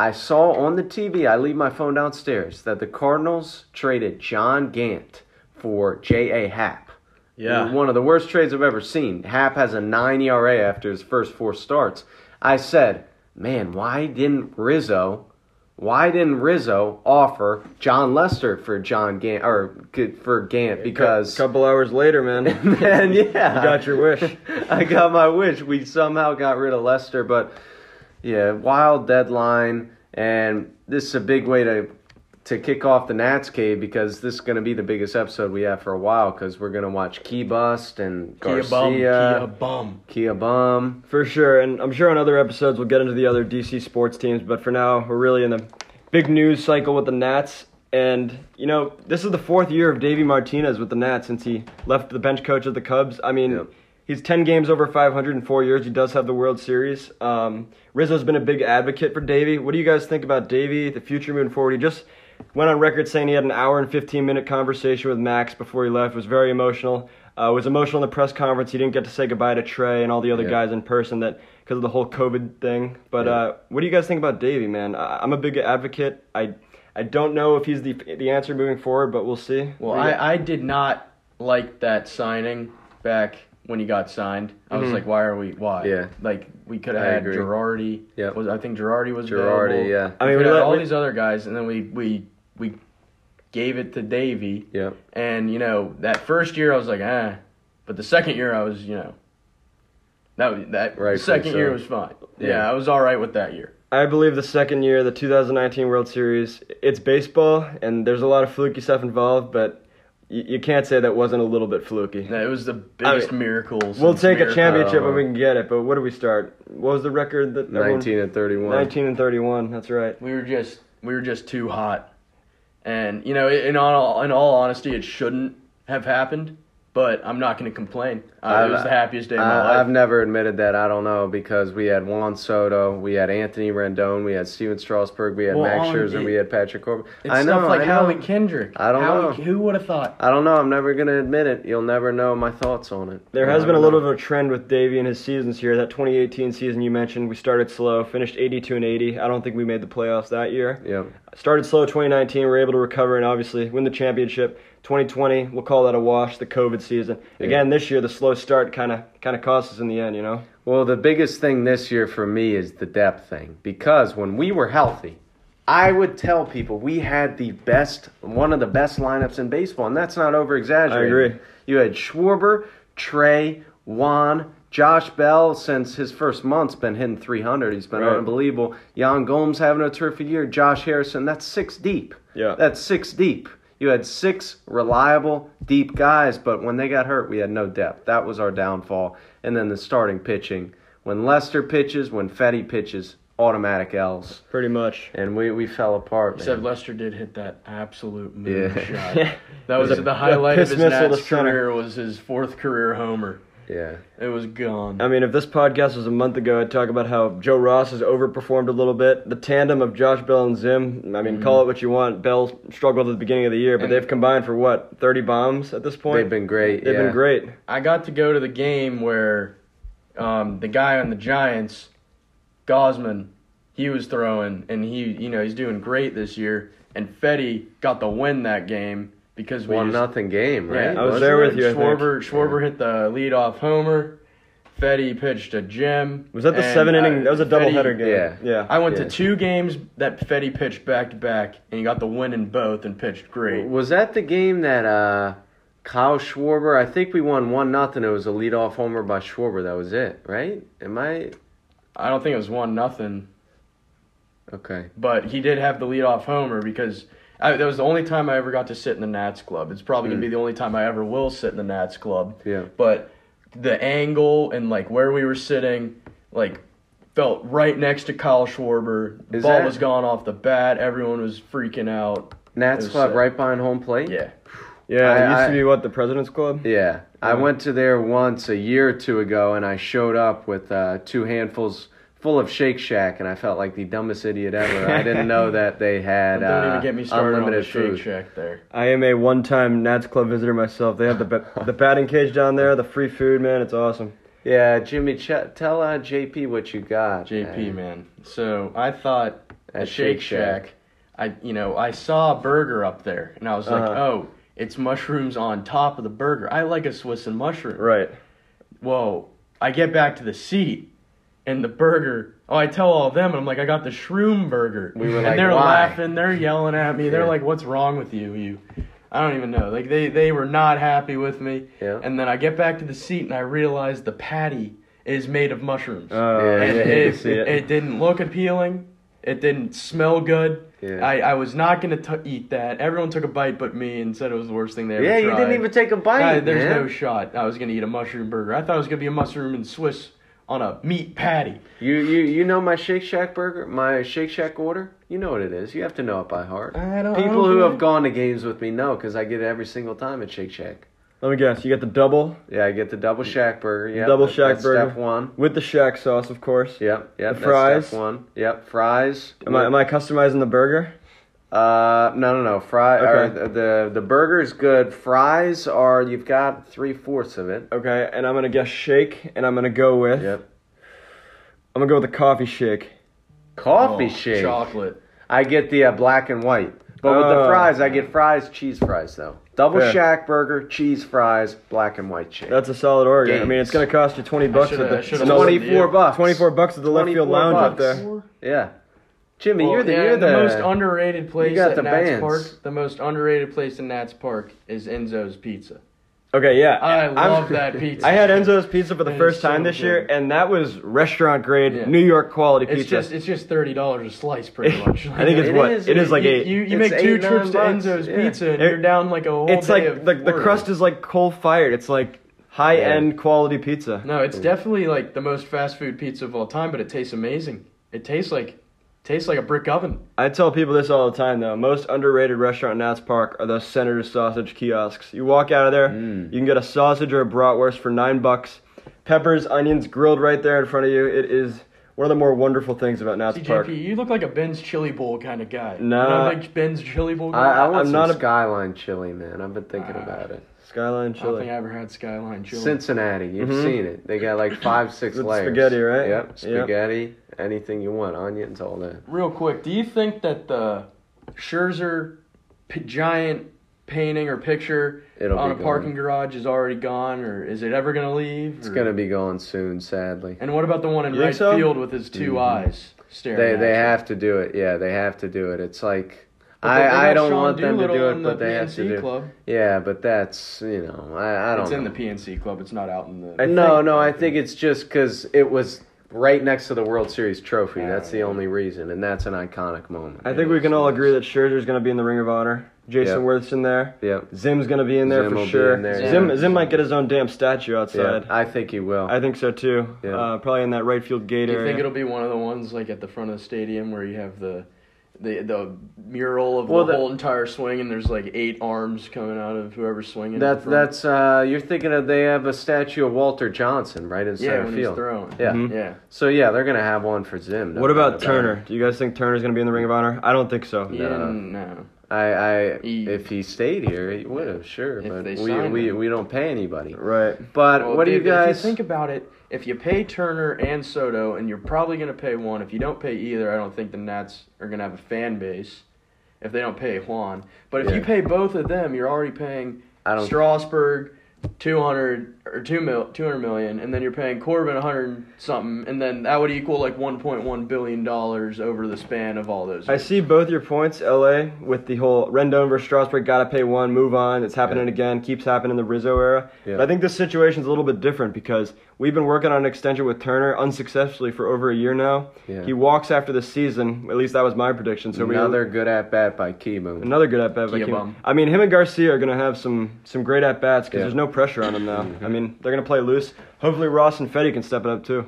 Speaker 3: I saw on the TV, I leave my phone downstairs, that the Cardinals traded John Gant for J.A. Happ.
Speaker 2: Yeah.
Speaker 3: One of the worst trades I've ever seen. Happ has a 9 ERA after his first four starts. I said, man, why didn't Rizzo, why didn't Rizzo offer John Lester for John Gant, or for Gant? Because,
Speaker 2: a couple hours later, man, you
Speaker 3: man, yeah.
Speaker 2: got your wish.
Speaker 3: I got my wish. We somehow got rid of Lester, but yeah, wild deadline, and this is a big way to to kick off the Nats cave because this is going to be the biggest episode we have for a while because we're going to watch Key Bust and
Speaker 4: Kia
Speaker 3: Garcia,
Speaker 4: bum, Kia bum.
Speaker 3: Kia Bum.
Speaker 2: For sure, and I'm sure on other episodes we'll get into the other DC sports teams, but for now we're really in the big news cycle with the Nats. And you know, this is the fourth year of Davey Martinez with the Nats since he left the bench coach of the Cubs. I mean,
Speaker 3: Yep.
Speaker 2: he's 10 games over 500 in four years. He does have the World Series. Um, Rizzo's been a big advocate for Davey. What do you guys think about Davey, the future moving forward? He just went on record saying he had an hour and 15 minute conversation with Max before he left. It was very emotional. Uh, was emotional in the press conference. He didn't get to say goodbye to Trey and all the other
Speaker 3: Yeah.
Speaker 2: guys in person that because of the whole COVID thing. But uh, what do you guys think about Davey, man? I, I'm a big advocate. I I don't know if he's the the answer moving forward, but we'll see.
Speaker 4: Well,
Speaker 2: What do you-
Speaker 4: I, I did not like that signing back when he got signed. I was like, why are we? Why?
Speaker 3: Yeah.
Speaker 4: Like we could have
Speaker 3: I
Speaker 4: had
Speaker 3: agree.
Speaker 4: Girardi.
Speaker 3: Yep.
Speaker 4: Was I think Girardi was
Speaker 3: Girardi,
Speaker 4: available.
Speaker 3: yeah.
Speaker 2: I
Speaker 4: I mean, we
Speaker 2: mean, we
Speaker 4: had
Speaker 2: let-
Speaker 4: all
Speaker 2: we-
Speaker 4: these other guys, and then we we we gave it to Davey.
Speaker 3: Yep.
Speaker 4: And you know that first year I was like, ah, but the second year I was, you know, that was- that
Speaker 3: Rightfully
Speaker 4: the second
Speaker 3: so.
Speaker 4: year was fine. Yeah.
Speaker 3: Yeah.
Speaker 4: I was all right with that year.
Speaker 2: I believe the second year, the 2019 World Series, it's baseball and there's a lot of fluky stuff involved, but you, you can't say that wasn't a little bit fluky.
Speaker 4: It was the biggest miracle.
Speaker 2: We'll
Speaker 4: since
Speaker 2: take a
Speaker 4: miracle.
Speaker 2: championship
Speaker 3: uh,
Speaker 2: when we can get it, but where do we start? What was the record that everyone-
Speaker 3: 19 and 31.
Speaker 2: 19 and 31, that's right.
Speaker 4: we were just we were just too hot and you know in all in all honesty it shouldn't have happened but i'm not going to complain uh, it
Speaker 3: I've-
Speaker 4: was the happiest day of my
Speaker 3: I, I've
Speaker 4: life
Speaker 3: never admitted that. I don't know because we had Juan Soto, we had Anthony Rendon, we had Steven Strasburg, we had
Speaker 4: Well,
Speaker 3: Max
Speaker 4: on-
Speaker 3: Scherzer, we had Patrick Corbin.
Speaker 4: it's
Speaker 3: I know,
Speaker 4: stuff like
Speaker 3: I know.
Speaker 4: howie kendrick
Speaker 3: I don't
Speaker 4: Howie-
Speaker 3: know.
Speaker 4: who would have thought
Speaker 3: I don't know. I'm never gonna admit it. You'll never know my thoughts on it.
Speaker 2: There has
Speaker 3: I
Speaker 2: been a
Speaker 3: don't
Speaker 2: little
Speaker 3: know.
Speaker 2: bit of a trend with Davey and his seasons here. That 2018 season you mentioned, we started slow, finished 82 and 80. I don't think we made the playoffs that year.
Speaker 3: Yep.
Speaker 2: Started slow 2019, we were able to recover and obviously win the championship. 2020, we'll call that a wash, the COVID season. Again, this year the slow start kind of kind of cost us in the end, you know.
Speaker 3: Well, the biggest thing this year for me is the depth thing because when we were healthy, I would tell people we had the best, one of the best lineups in baseball, and that's not over exaggerating.
Speaker 2: I agree.
Speaker 3: You had Schwarber, Trey, Juan, Josh Bell. Since his first month's been hitting 300, he's been
Speaker 2: Right.
Speaker 3: unbelievable. Jan Gomes having a terrific year. Josh Harrison, that's six deep.
Speaker 2: Yeah.
Speaker 3: that's six deep. You had six reliable deep guys, but when they got hurt, we had no depth. That was our downfall. And and then the starting pitching. When Lester pitches, when Fetty pitches, automatic L's.
Speaker 2: Pretty much.
Speaker 3: And we, we fell apart.
Speaker 4: Except
Speaker 3: Man.
Speaker 4: Lester did hit that absolute
Speaker 3: Yeah.
Speaker 4: moon shot. That was the highlight of
Speaker 2: piss
Speaker 4: his
Speaker 2: missile to
Speaker 4: Nats
Speaker 2: center.
Speaker 4: career was his fourth career homer.
Speaker 3: Yeah.
Speaker 4: It was gone.
Speaker 2: I mean, if this podcast was a month ago, I'd talk about how Joe Ross has overperformed a little bit. The tandem of Josh Bell and Zim, I mean,
Speaker 3: Mm-hmm.
Speaker 2: call it what you want. Bell struggled at the beginning of the year, but
Speaker 4: And-
Speaker 2: they've combined for what, 30 bombs at this point?
Speaker 3: They've been great.
Speaker 2: They've
Speaker 3: yeah.
Speaker 2: been great.
Speaker 4: I got to go to the game where um, the guy on the Giants, Gosman, he was throwing, and he, you know, he's doing great this year. And Fetty got the win that game because we just-
Speaker 3: One nothing game,
Speaker 4: Yeah,
Speaker 3: right?
Speaker 2: I was
Speaker 3: Wasn't
Speaker 2: there
Speaker 3: it?
Speaker 2: with you, I think.
Speaker 4: Schwarber, Schwarber hit the leadoff homer. Fetty pitched a gem.
Speaker 2: Was that the
Speaker 4: and,
Speaker 2: seven inning?
Speaker 4: uh,
Speaker 2: That was a
Speaker 4: Fetty-
Speaker 2: doubleheader game.
Speaker 3: yeah.
Speaker 2: Yeah.
Speaker 4: I went
Speaker 3: Yeah.
Speaker 4: to two games that Fetty pitched back to back, and he got the win in both and pitched great.
Speaker 3: Was that the game that uh, Kyle Schwarber? I think we won one nothing. It was a leadoff homer by Schwarber. That was it, right? Am I
Speaker 4: I don't think it was one nothing,
Speaker 3: okay?
Speaker 4: but he did have the leadoff homer because I, that was the only time I ever got to sit in the Nats club. It's probably gonna be the only time I ever will sit in the Nats club.
Speaker 3: Hmm. Yeah.
Speaker 4: But the angle and like where we were sitting, like felt right next to Kyle Schwarber. The
Speaker 3: Is
Speaker 4: ball
Speaker 3: that-
Speaker 4: was gone off the bat. Everyone was freaking out. It
Speaker 3: Nats
Speaker 4: was
Speaker 3: Club
Speaker 4: sick.
Speaker 3: right behind home plate.
Speaker 4: Yeah.
Speaker 2: yeah, it
Speaker 3: I-
Speaker 2: used
Speaker 3: I-
Speaker 2: to be what, the President's Club?
Speaker 3: Yeah. I went to there once a year or two ago, and I showed up with uh, two handfuls full of Shake Shack, and I felt like the dumbest idiot ever. I didn't know that they had
Speaker 4: Don't
Speaker 3: uh,
Speaker 4: even get me started on the
Speaker 3: unlimited
Speaker 4: Shake
Speaker 3: food.
Speaker 4: Shack there.
Speaker 2: I am a one time Nats Club visitor myself. They have the, ba- the batting cage down there, the free food, man. It's awesome.
Speaker 3: Yeah, Jimmy, ch- tell uh, JP what you got.
Speaker 4: JP
Speaker 3: Uh,
Speaker 4: man. So I thought
Speaker 3: At
Speaker 4: at Shake
Speaker 3: Shake Shack.
Speaker 4: Shack, I you know I saw a burger up there and I was like,
Speaker 2: Uh-huh.
Speaker 4: oh, it's mushrooms on top of the burger. I like a Swiss and mushroom.
Speaker 2: Right.
Speaker 4: Whoa! I get back to the seat and the burger. Oh, I tell all of them and I'm like, I got the shroom burger.
Speaker 3: We were
Speaker 4: and
Speaker 3: like,
Speaker 4: they're
Speaker 3: why?
Speaker 4: laughing, they're yelling at me. They're
Speaker 3: Yeah.
Speaker 4: like, what's wrong with you? You. I don't even know. Like they, they were not happy with me.
Speaker 3: Yeah.
Speaker 4: And then I get back to the seat and I realize the patty is made of mushrooms.
Speaker 2: Uh,
Speaker 3: Yeah,
Speaker 4: And
Speaker 2: yeah,
Speaker 4: it,
Speaker 2: you
Speaker 4: it,
Speaker 2: can see it.
Speaker 4: didn't look appealing. It didn't smell good.
Speaker 3: Yeah.
Speaker 4: I, I was not gonna t- eat that. Everyone took a bite but me and said it was the worst thing they ever
Speaker 3: Yeah,
Speaker 4: tried.
Speaker 3: you didn't even take a bite.
Speaker 4: I, there's
Speaker 3: man.
Speaker 4: no shot. I was gonna eat a mushroom burger. I thought it was gonna be a mushroom and Swiss on a meat patty.
Speaker 3: You you you know my Shake Shack burger, my Shake Shack order. You know what it is. You have to know it by heart.
Speaker 4: Uh, I don't- I
Speaker 3: People
Speaker 4: don't
Speaker 3: who
Speaker 4: get
Speaker 3: have
Speaker 4: it.
Speaker 3: gone to games with me know because I get it every single time at Shake Shack.
Speaker 2: Let me guess. You got the double
Speaker 3: Yeah, I get the double
Speaker 4: Mm.
Speaker 3: Shack burger. Yeah,
Speaker 2: Double
Speaker 3: that-
Speaker 2: Shack
Speaker 3: that's
Speaker 2: burger.
Speaker 3: Step one.
Speaker 2: with the shack sauce, of course.
Speaker 3: Yep, yep.
Speaker 2: The
Speaker 3: that's
Speaker 2: fries.
Speaker 3: Step one. Yep, fries.
Speaker 2: Am I, am I customizing the burger?
Speaker 3: Uh, no, no, no. Fry.
Speaker 2: Okay.
Speaker 3: Or the the burger is good. Fries are you've got three fourths of it.
Speaker 2: Okay, and I'm gonna guess shake, and I'm gonna go with.
Speaker 3: Yep.
Speaker 2: I'm gonna go with the coffee shake.
Speaker 3: Coffee
Speaker 4: Oh,
Speaker 3: shake.
Speaker 4: Chocolate.
Speaker 3: I get the uh, black and white. But with the
Speaker 2: Oh.
Speaker 3: fries, I get fries, cheese fries though. Double
Speaker 2: Fair.
Speaker 3: Shack burger, cheese fries, black and white shake.
Speaker 2: That's a solid order. I mean,
Speaker 3: Games.
Speaker 2: it's gonna cost you 20 bucks
Speaker 4: shoulda- I
Speaker 2: at
Speaker 4: shoulda listened
Speaker 2: the another-
Speaker 4: to you.
Speaker 3: twenty-four bucks.
Speaker 2: 24 bucks at the left field
Speaker 3: 24
Speaker 2: lounge up
Speaker 3: bucks.
Speaker 2: there.
Speaker 4: Well,
Speaker 3: Yeah, Jimmy, you're the
Speaker 4: yeah,
Speaker 3: you're the,
Speaker 4: most underrated place
Speaker 3: got
Speaker 4: at
Speaker 3: the
Speaker 4: Nats
Speaker 3: bands.
Speaker 4: Park. The most underrated place in Nats Park is Enzo's Pizza.
Speaker 2: Okay, yeah.
Speaker 4: I
Speaker 2: I'm-
Speaker 4: love that pizza.
Speaker 2: I had Enzo's pizza for the
Speaker 4: It is
Speaker 2: first time
Speaker 4: so
Speaker 2: this year,
Speaker 4: good.
Speaker 2: and that was restaurant grade,
Speaker 4: Yeah.
Speaker 2: New York quality
Speaker 4: It's
Speaker 2: pizza.
Speaker 4: just it's just thirty dollars a slice, pretty much.
Speaker 2: I think it's
Speaker 3: It
Speaker 2: what?
Speaker 3: is,
Speaker 2: it is
Speaker 3: it-
Speaker 2: like
Speaker 4: you,
Speaker 2: eight.
Speaker 4: You, you
Speaker 3: it's
Speaker 4: make two
Speaker 3: eight, nine
Speaker 4: trips to
Speaker 3: bucks,
Speaker 4: Enzo's
Speaker 3: yeah.
Speaker 4: Pizza and
Speaker 2: It-
Speaker 4: you're down like a whole.
Speaker 2: it's
Speaker 4: day
Speaker 2: like
Speaker 4: of
Speaker 2: the, the
Speaker 4: work.
Speaker 2: crust is like coal fired. It's like high end quality pizza.
Speaker 4: No, it's definitely like the most fast food pizza of all time, but it tastes amazing. It tastes like tastes like a brick oven.
Speaker 2: I tell people this all the time though. Most underrated restaurant in Nats Park are those Senator sausage kiosks. You walk out of there,
Speaker 3: Mm.
Speaker 2: you can get a sausage or a bratwurst for nine bucks. Peppers, onions grilled right there in front of you. It is one of the more wonderful things about Nats Park.
Speaker 4: DJP, you look like a Ben's Chili Bowl kind of guy.
Speaker 2: Nah.
Speaker 4: you know, like Ben's Chili Bowl. Guy?
Speaker 3: I, I want
Speaker 2: I'm
Speaker 3: some
Speaker 2: not a- Ah.
Speaker 3: skyline chili, man. I've been thinking about it.
Speaker 2: Skyline
Speaker 4: I don't think
Speaker 2: chili.
Speaker 4: I ever had Skyline Chili. Mm-hmm.
Speaker 3: Cincinnati, you've seen it. They got like five, six
Speaker 2: With
Speaker 3: layers.
Speaker 2: spaghetti, right?
Speaker 3: Yep,
Speaker 2: Yep.
Speaker 3: spaghetti, anything you want, onions, all that.
Speaker 4: Real quick, do you think that the Scherzer p- giant painting or picture
Speaker 3: It'll
Speaker 4: on
Speaker 3: be
Speaker 4: a
Speaker 3: gone.
Speaker 4: parking garage is already gone, or is it ever gonna leave?
Speaker 3: It's gonna be gone soon, sadly.
Speaker 4: And what about the one in
Speaker 2: You think
Speaker 4: right
Speaker 2: so?
Speaker 4: field with his 2 eyes staring?
Speaker 3: Mm-hmm. They
Speaker 4: at
Speaker 3: they
Speaker 4: you?
Speaker 3: have to do it. Yeah, they have to do it. It's like
Speaker 4: But they
Speaker 3: I,
Speaker 4: got
Speaker 3: I don't
Speaker 4: Sean
Speaker 3: want them to
Speaker 4: Doolittle
Speaker 3: do it,
Speaker 4: in the
Speaker 3: but they have to
Speaker 4: PNC
Speaker 3: do. it.
Speaker 4: Club.
Speaker 3: Yeah, but that's you know I I don't.
Speaker 4: It's
Speaker 3: know.
Speaker 4: in the PNC club. It's not out in the.
Speaker 2: I
Speaker 3: no,
Speaker 2: think-
Speaker 3: no, I think it's just because it was right next to the World Series trophy. That's
Speaker 4: Uh,
Speaker 3: the only reason, and that's an iconic moment.
Speaker 2: I think we can all agree that Scherzer's going to be in the Ring of Honor. Jason
Speaker 3: Yeah.
Speaker 2: Wirth's in there.
Speaker 3: Yeah.
Speaker 2: Zim's going to be in there
Speaker 3: Zim will
Speaker 2: for
Speaker 3: be
Speaker 2: sure.
Speaker 3: in there.
Speaker 2: Zim,
Speaker 3: Yeah.
Speaker 2: Zim might get his own damn statue
Speaker 3: Yeah,
Speaker 2: outside.
Speaker 3: I think he will.
Speaker 2: I think so too.
Speaker 3: Yeah.
Speaker 2: Uh, probably in that right field gate
Speaker 4: Do you
Speaker 2: area.
Speaker 4: think it'll be one of the ones like at the front of the stadium where you have the the the mural of
Speaker 3: Well,
Speaker 4: the,
Speaker 3: the-
Speaker 4: whole entire swing and there's like eight arms coming out of whoever's swinging?
Speaker 3: That's
Speaker 4: at the front?
Speaker 3: that's uh, you're thinking of they have a statue of Walter Johnson right in
Speaker 4: yeah
Speaker 3: center
Speaker 4: when he's
Speaker 3: field.
Speaker 4: throwing.
Speaker 3: yeah.
Speaker 2: Mm-hmm.
Speaker 4: yeah.
Speaker 3: So yeah, they're gonna have one for Zim. no
Speaker 2: what
Speaker 3: doubt
Speaker 2: about Turner? Do you guys think Turner's going to be in the Ring of Honor? I don't think so.
Speaker 4: Yeah, no.
Speaker 3: it. I, I
Speaker 4: He-
Speaker 3: if he stayed here, he would have sure,
Speaker 4: If
Speaker 3: but
Speaker 4: they
Speaker 3: we
Speaker 4: signed
Speaker 3: we,
Speaker 4: him.
Speaker 3: we don't pay anybody.
Speaker 2: Right.
Speaker 3: But
Speaker 4: Well,
Speaker 3: what do you
Speaker 4: Dave,
Speaker 3: guys
Speaker 4: If you think about it, if you pay Turner and Soto, and you're probably going to pay one, if you don't pay either, I don't think the Nats are going to have a fan base. If they don't pay Juan, but if
Speaker 3: Yeah.
Speaker 4: you pay both of them, you're already paying
Speaker 3: I don't-
Speaker 4: Strasburg. 200 or 2 mil, 200 million and then you're paying Corbin 100 something and then that would equal like 1.1 billion dollars over the span of all those.
Speaker 2: I
Speaker 4: years.
Speaker 2: see both your points, LA, with the whole Rendon versus Strasburg, gotta pay one, move on. It's happening
Speaker 3: Yeah.
Speaker 2: again, keeps happening in the Rizzo era.
Speaker 3: Yeah.
Speaker 2: But I think this situation's a little bit different because we've been working on an extension with Turner unsuccessfully for over a year now.
Speaker 3: Yeah.
Speaker 2: He walks after the season, at least that was my prediction. So
Speaker 3: another
Speaker 2: we
Speaker 3: good at bat by Kimo?
Speaker 2: another good at bat. by
Speaker 4: Yeah,
Speaker 2: Kim.
Speaker 4: bum.
Speaker 2: I mean, him and Garcia are gonna have some some great at bats because
Speaker 3: Yeah. Mm-hmm.
Speaker 2: there's no pressure on them now. I mean, they're gonna play loose. Hopefully, Ross and Fetty can step it up too,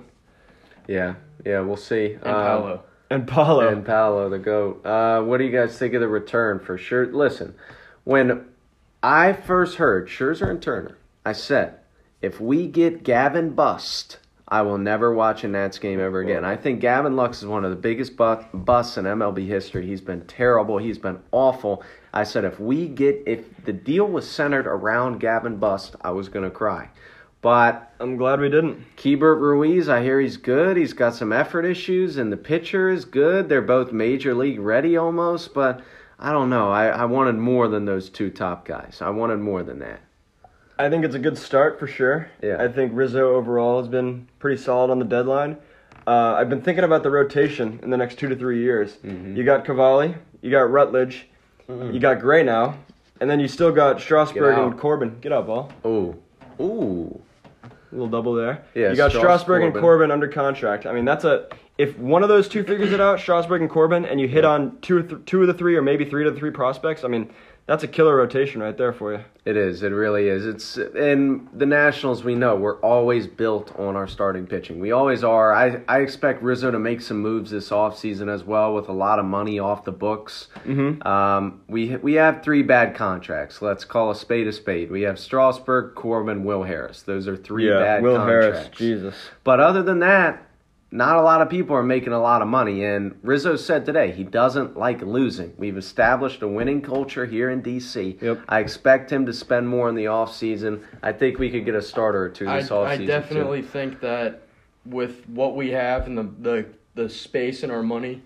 Speaker 3: Yeah, yeah, we'll see. Um,
Speaker 4: and Paolo.
Speaker 2: and Paulo.
Speaker 3: and Paolo the goat. Uh, what do you guys think of the return for sure? Listen, when I first heard Scherzer and Turner, I said, if we get Gavin bust, I will never watch a Nats game ever again. I think Gavin Lux is one of the biggest bu- busts in MLB history. He's been terrible. He's been awful. I said if we get if the deal was centered around Gavin bust, I was gonna cry. But
Speaker 2: I'm glad we didn't.
Speaker 3: Keybert Ruiz, I hear he's good. He's got some effort issues, and the pitcher is good. They're both major league ready almost, but I don't know. I, I wanted more than those two top guys. I wanted more than that.
Speaker 2: I think it's a good start for sure.
Speaker 3: Yeah.
Speaker 2: I think Rizzo overall has been pretty solid on the deadline. Uh, I've been thinking about the rotation in the next two to three years. You got Cavalli, you got Rutledge, you got Gray now, and then you still got Strasburg
Speaker 3: Get out.
Speaker 2: and Corbin. Get up, ball.
Speaker 3: Ooh. Ooh.
Speaker 2: A little double there.
Speaker 3: Yeah,
Speaker 2: you got
Speaker 3: Strauss,
Speaker 2: Strasburg and
Speaker 3: Corbin.
Speaker 2: Corbin under contract. I mean, that's a if one of those two figures it out, Strasburg and Corbin, and you hit on two or th- two of the three or maybe three to the three prospects. I mean, that's a killer rotation right there for you.
Speaker 3: It is. It really is. It's and the Nationals we know we're always built on our starting pitching. We always are. I, I expect Rizzo to make some moves this offseason as well with a lot of money off the books. Mm-hmm. Um, we we have three bad contracts. Let's call a spade a spade. We have Strasburg, Corbin, Will Harris. Those are three bad
Speaker 2: Will
Speaker 3: contracts.
Speaker 2: Harris, Jesus.
Speaker 3: But other than that, not a lot of people are making a lot of money. And Rizzo said today he doesn't like losing. We've established a winning culture here in D.C.
Speaker 2: Yep.
Speaker 3: I expect him to spend more in the offseason. I think we could get a starter or two
Speaker 4: I,
Speaker 3: this offseason.
Speaker 4: I definitely think that with what we have and the, the the space and our money,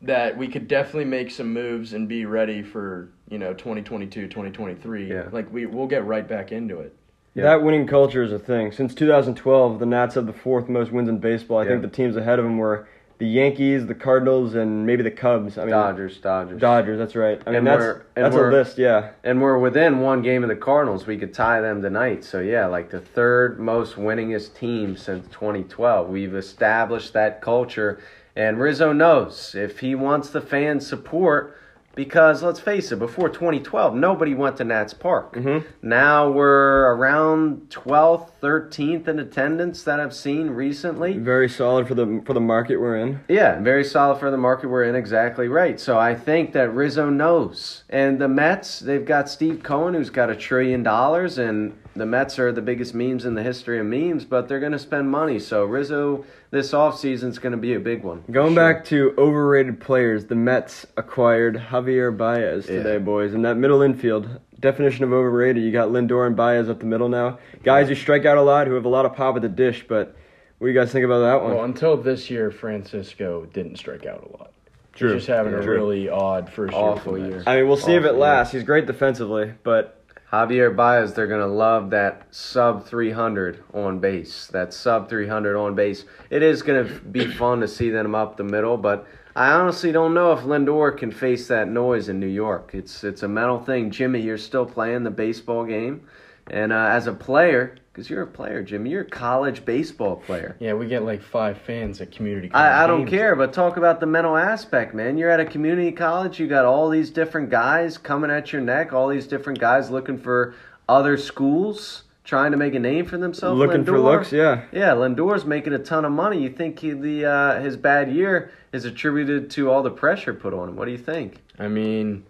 Speaker 4: that we could definitely make some moves and be ready for you know 2022, 2023.
Speaker 3: Yeah.
Speaker 4: Like we we'll get right back into it.
Speaker 3: Yeah.
Speaker 2: That winning culture is a thing. Since 2012, the Nats have the fourth most wins in baseball. I think
Speaker 3: Yeah.
Speaker 2: the teams ahead of them were the Yankees, the Cardinals, and maybe the Cubs. I mean,
Speaker 3: Dodgers, Dodgers.
Speaker 2: Dodgers. That's right. I mean,
Speaker 3: And
Speaker 2: that's
Speaker 3: we're- and
Speaker 2: that's a
Speaker 3: we're-
Speaker 2: list. Yeah,
Speaker 3: And we're within one game of the Cardinals. We could tie them tonight. So, yeah, like the third most winningest team since 2012. We've established that culture. And Rizzo knows if he wants the fans' support, because let's face it, before 2012, nobody went to Nats Park. Now we're around 12th, 13th in attendance that I've seen recently.
Speaker 2: very solid for the for the market we're in.
Speaker 3: Yeah, very solid for the market we're in. Exactly right. So I think that Rizzo knows. And the Mets, they've got Steve Cohen, who's got a trillion dollars, and the Mets are the biggest memes in the history of memes, but they're going to spend money. So Rizzo, this offseason is going to be a big one.
Speaker 2: Going back to overrated players, the Mets acquired Javier Baez today,
Speaker 3: Yeah.
Speaker 2: boys. In that middle infield, definition of overrated, you got Lindor and Baez up the middle now. Guys who strike out a lot, who have a lot of pop at the dish. But what do you guys think about that one?
Speaker 4: Well, until this year, Francisco didn't strike out a lot.
Speaker 2: True.
Speaker 4: Just having a
Speaker 2: True.
Speaker 4: really odd first year.
Speaker 3: Awful
Speaker 4: for the
Speaker 3: year.
Speaker 4: Mets.
Speaker 2: I mean, we'll see if it
Speaker 3: Awful.
Speaker 2: lasts. He's great defensively, but
Speaker 3: Javier Baez, they're going to love that sub 300 on base. That sub 300 on base. It is going to be fun to see them up the middle, but I honestly don't know if Lindor can face that noise in New York. It's it's a mental thing. Jimmy, you're still playing the baseball game, and uh, as a player, Because you're a player, Jim. You're a college baseball player.
Speaker 4: Yeah, we get like five fans at community.
Speaker 3: I, I
Speaker 4: college
Speaker 3: don't
Speaker 4: games.
Speaker 3: care, but talk about the mental aspect, man. You're at a community college, you got all these different guys coming at your neck, all these different guys looking for other schools, trying to make a name for themselves.
Speaker 2: Looking for
Speaker 3: Lindor-
Speaker 2: looks, yeah.
Speaker 3: Yeah, Lindor's making a ton of money. You think he, the uh, his bad year is attributed to all the pressure put on him? What do you think?
Speaker 4: I mean,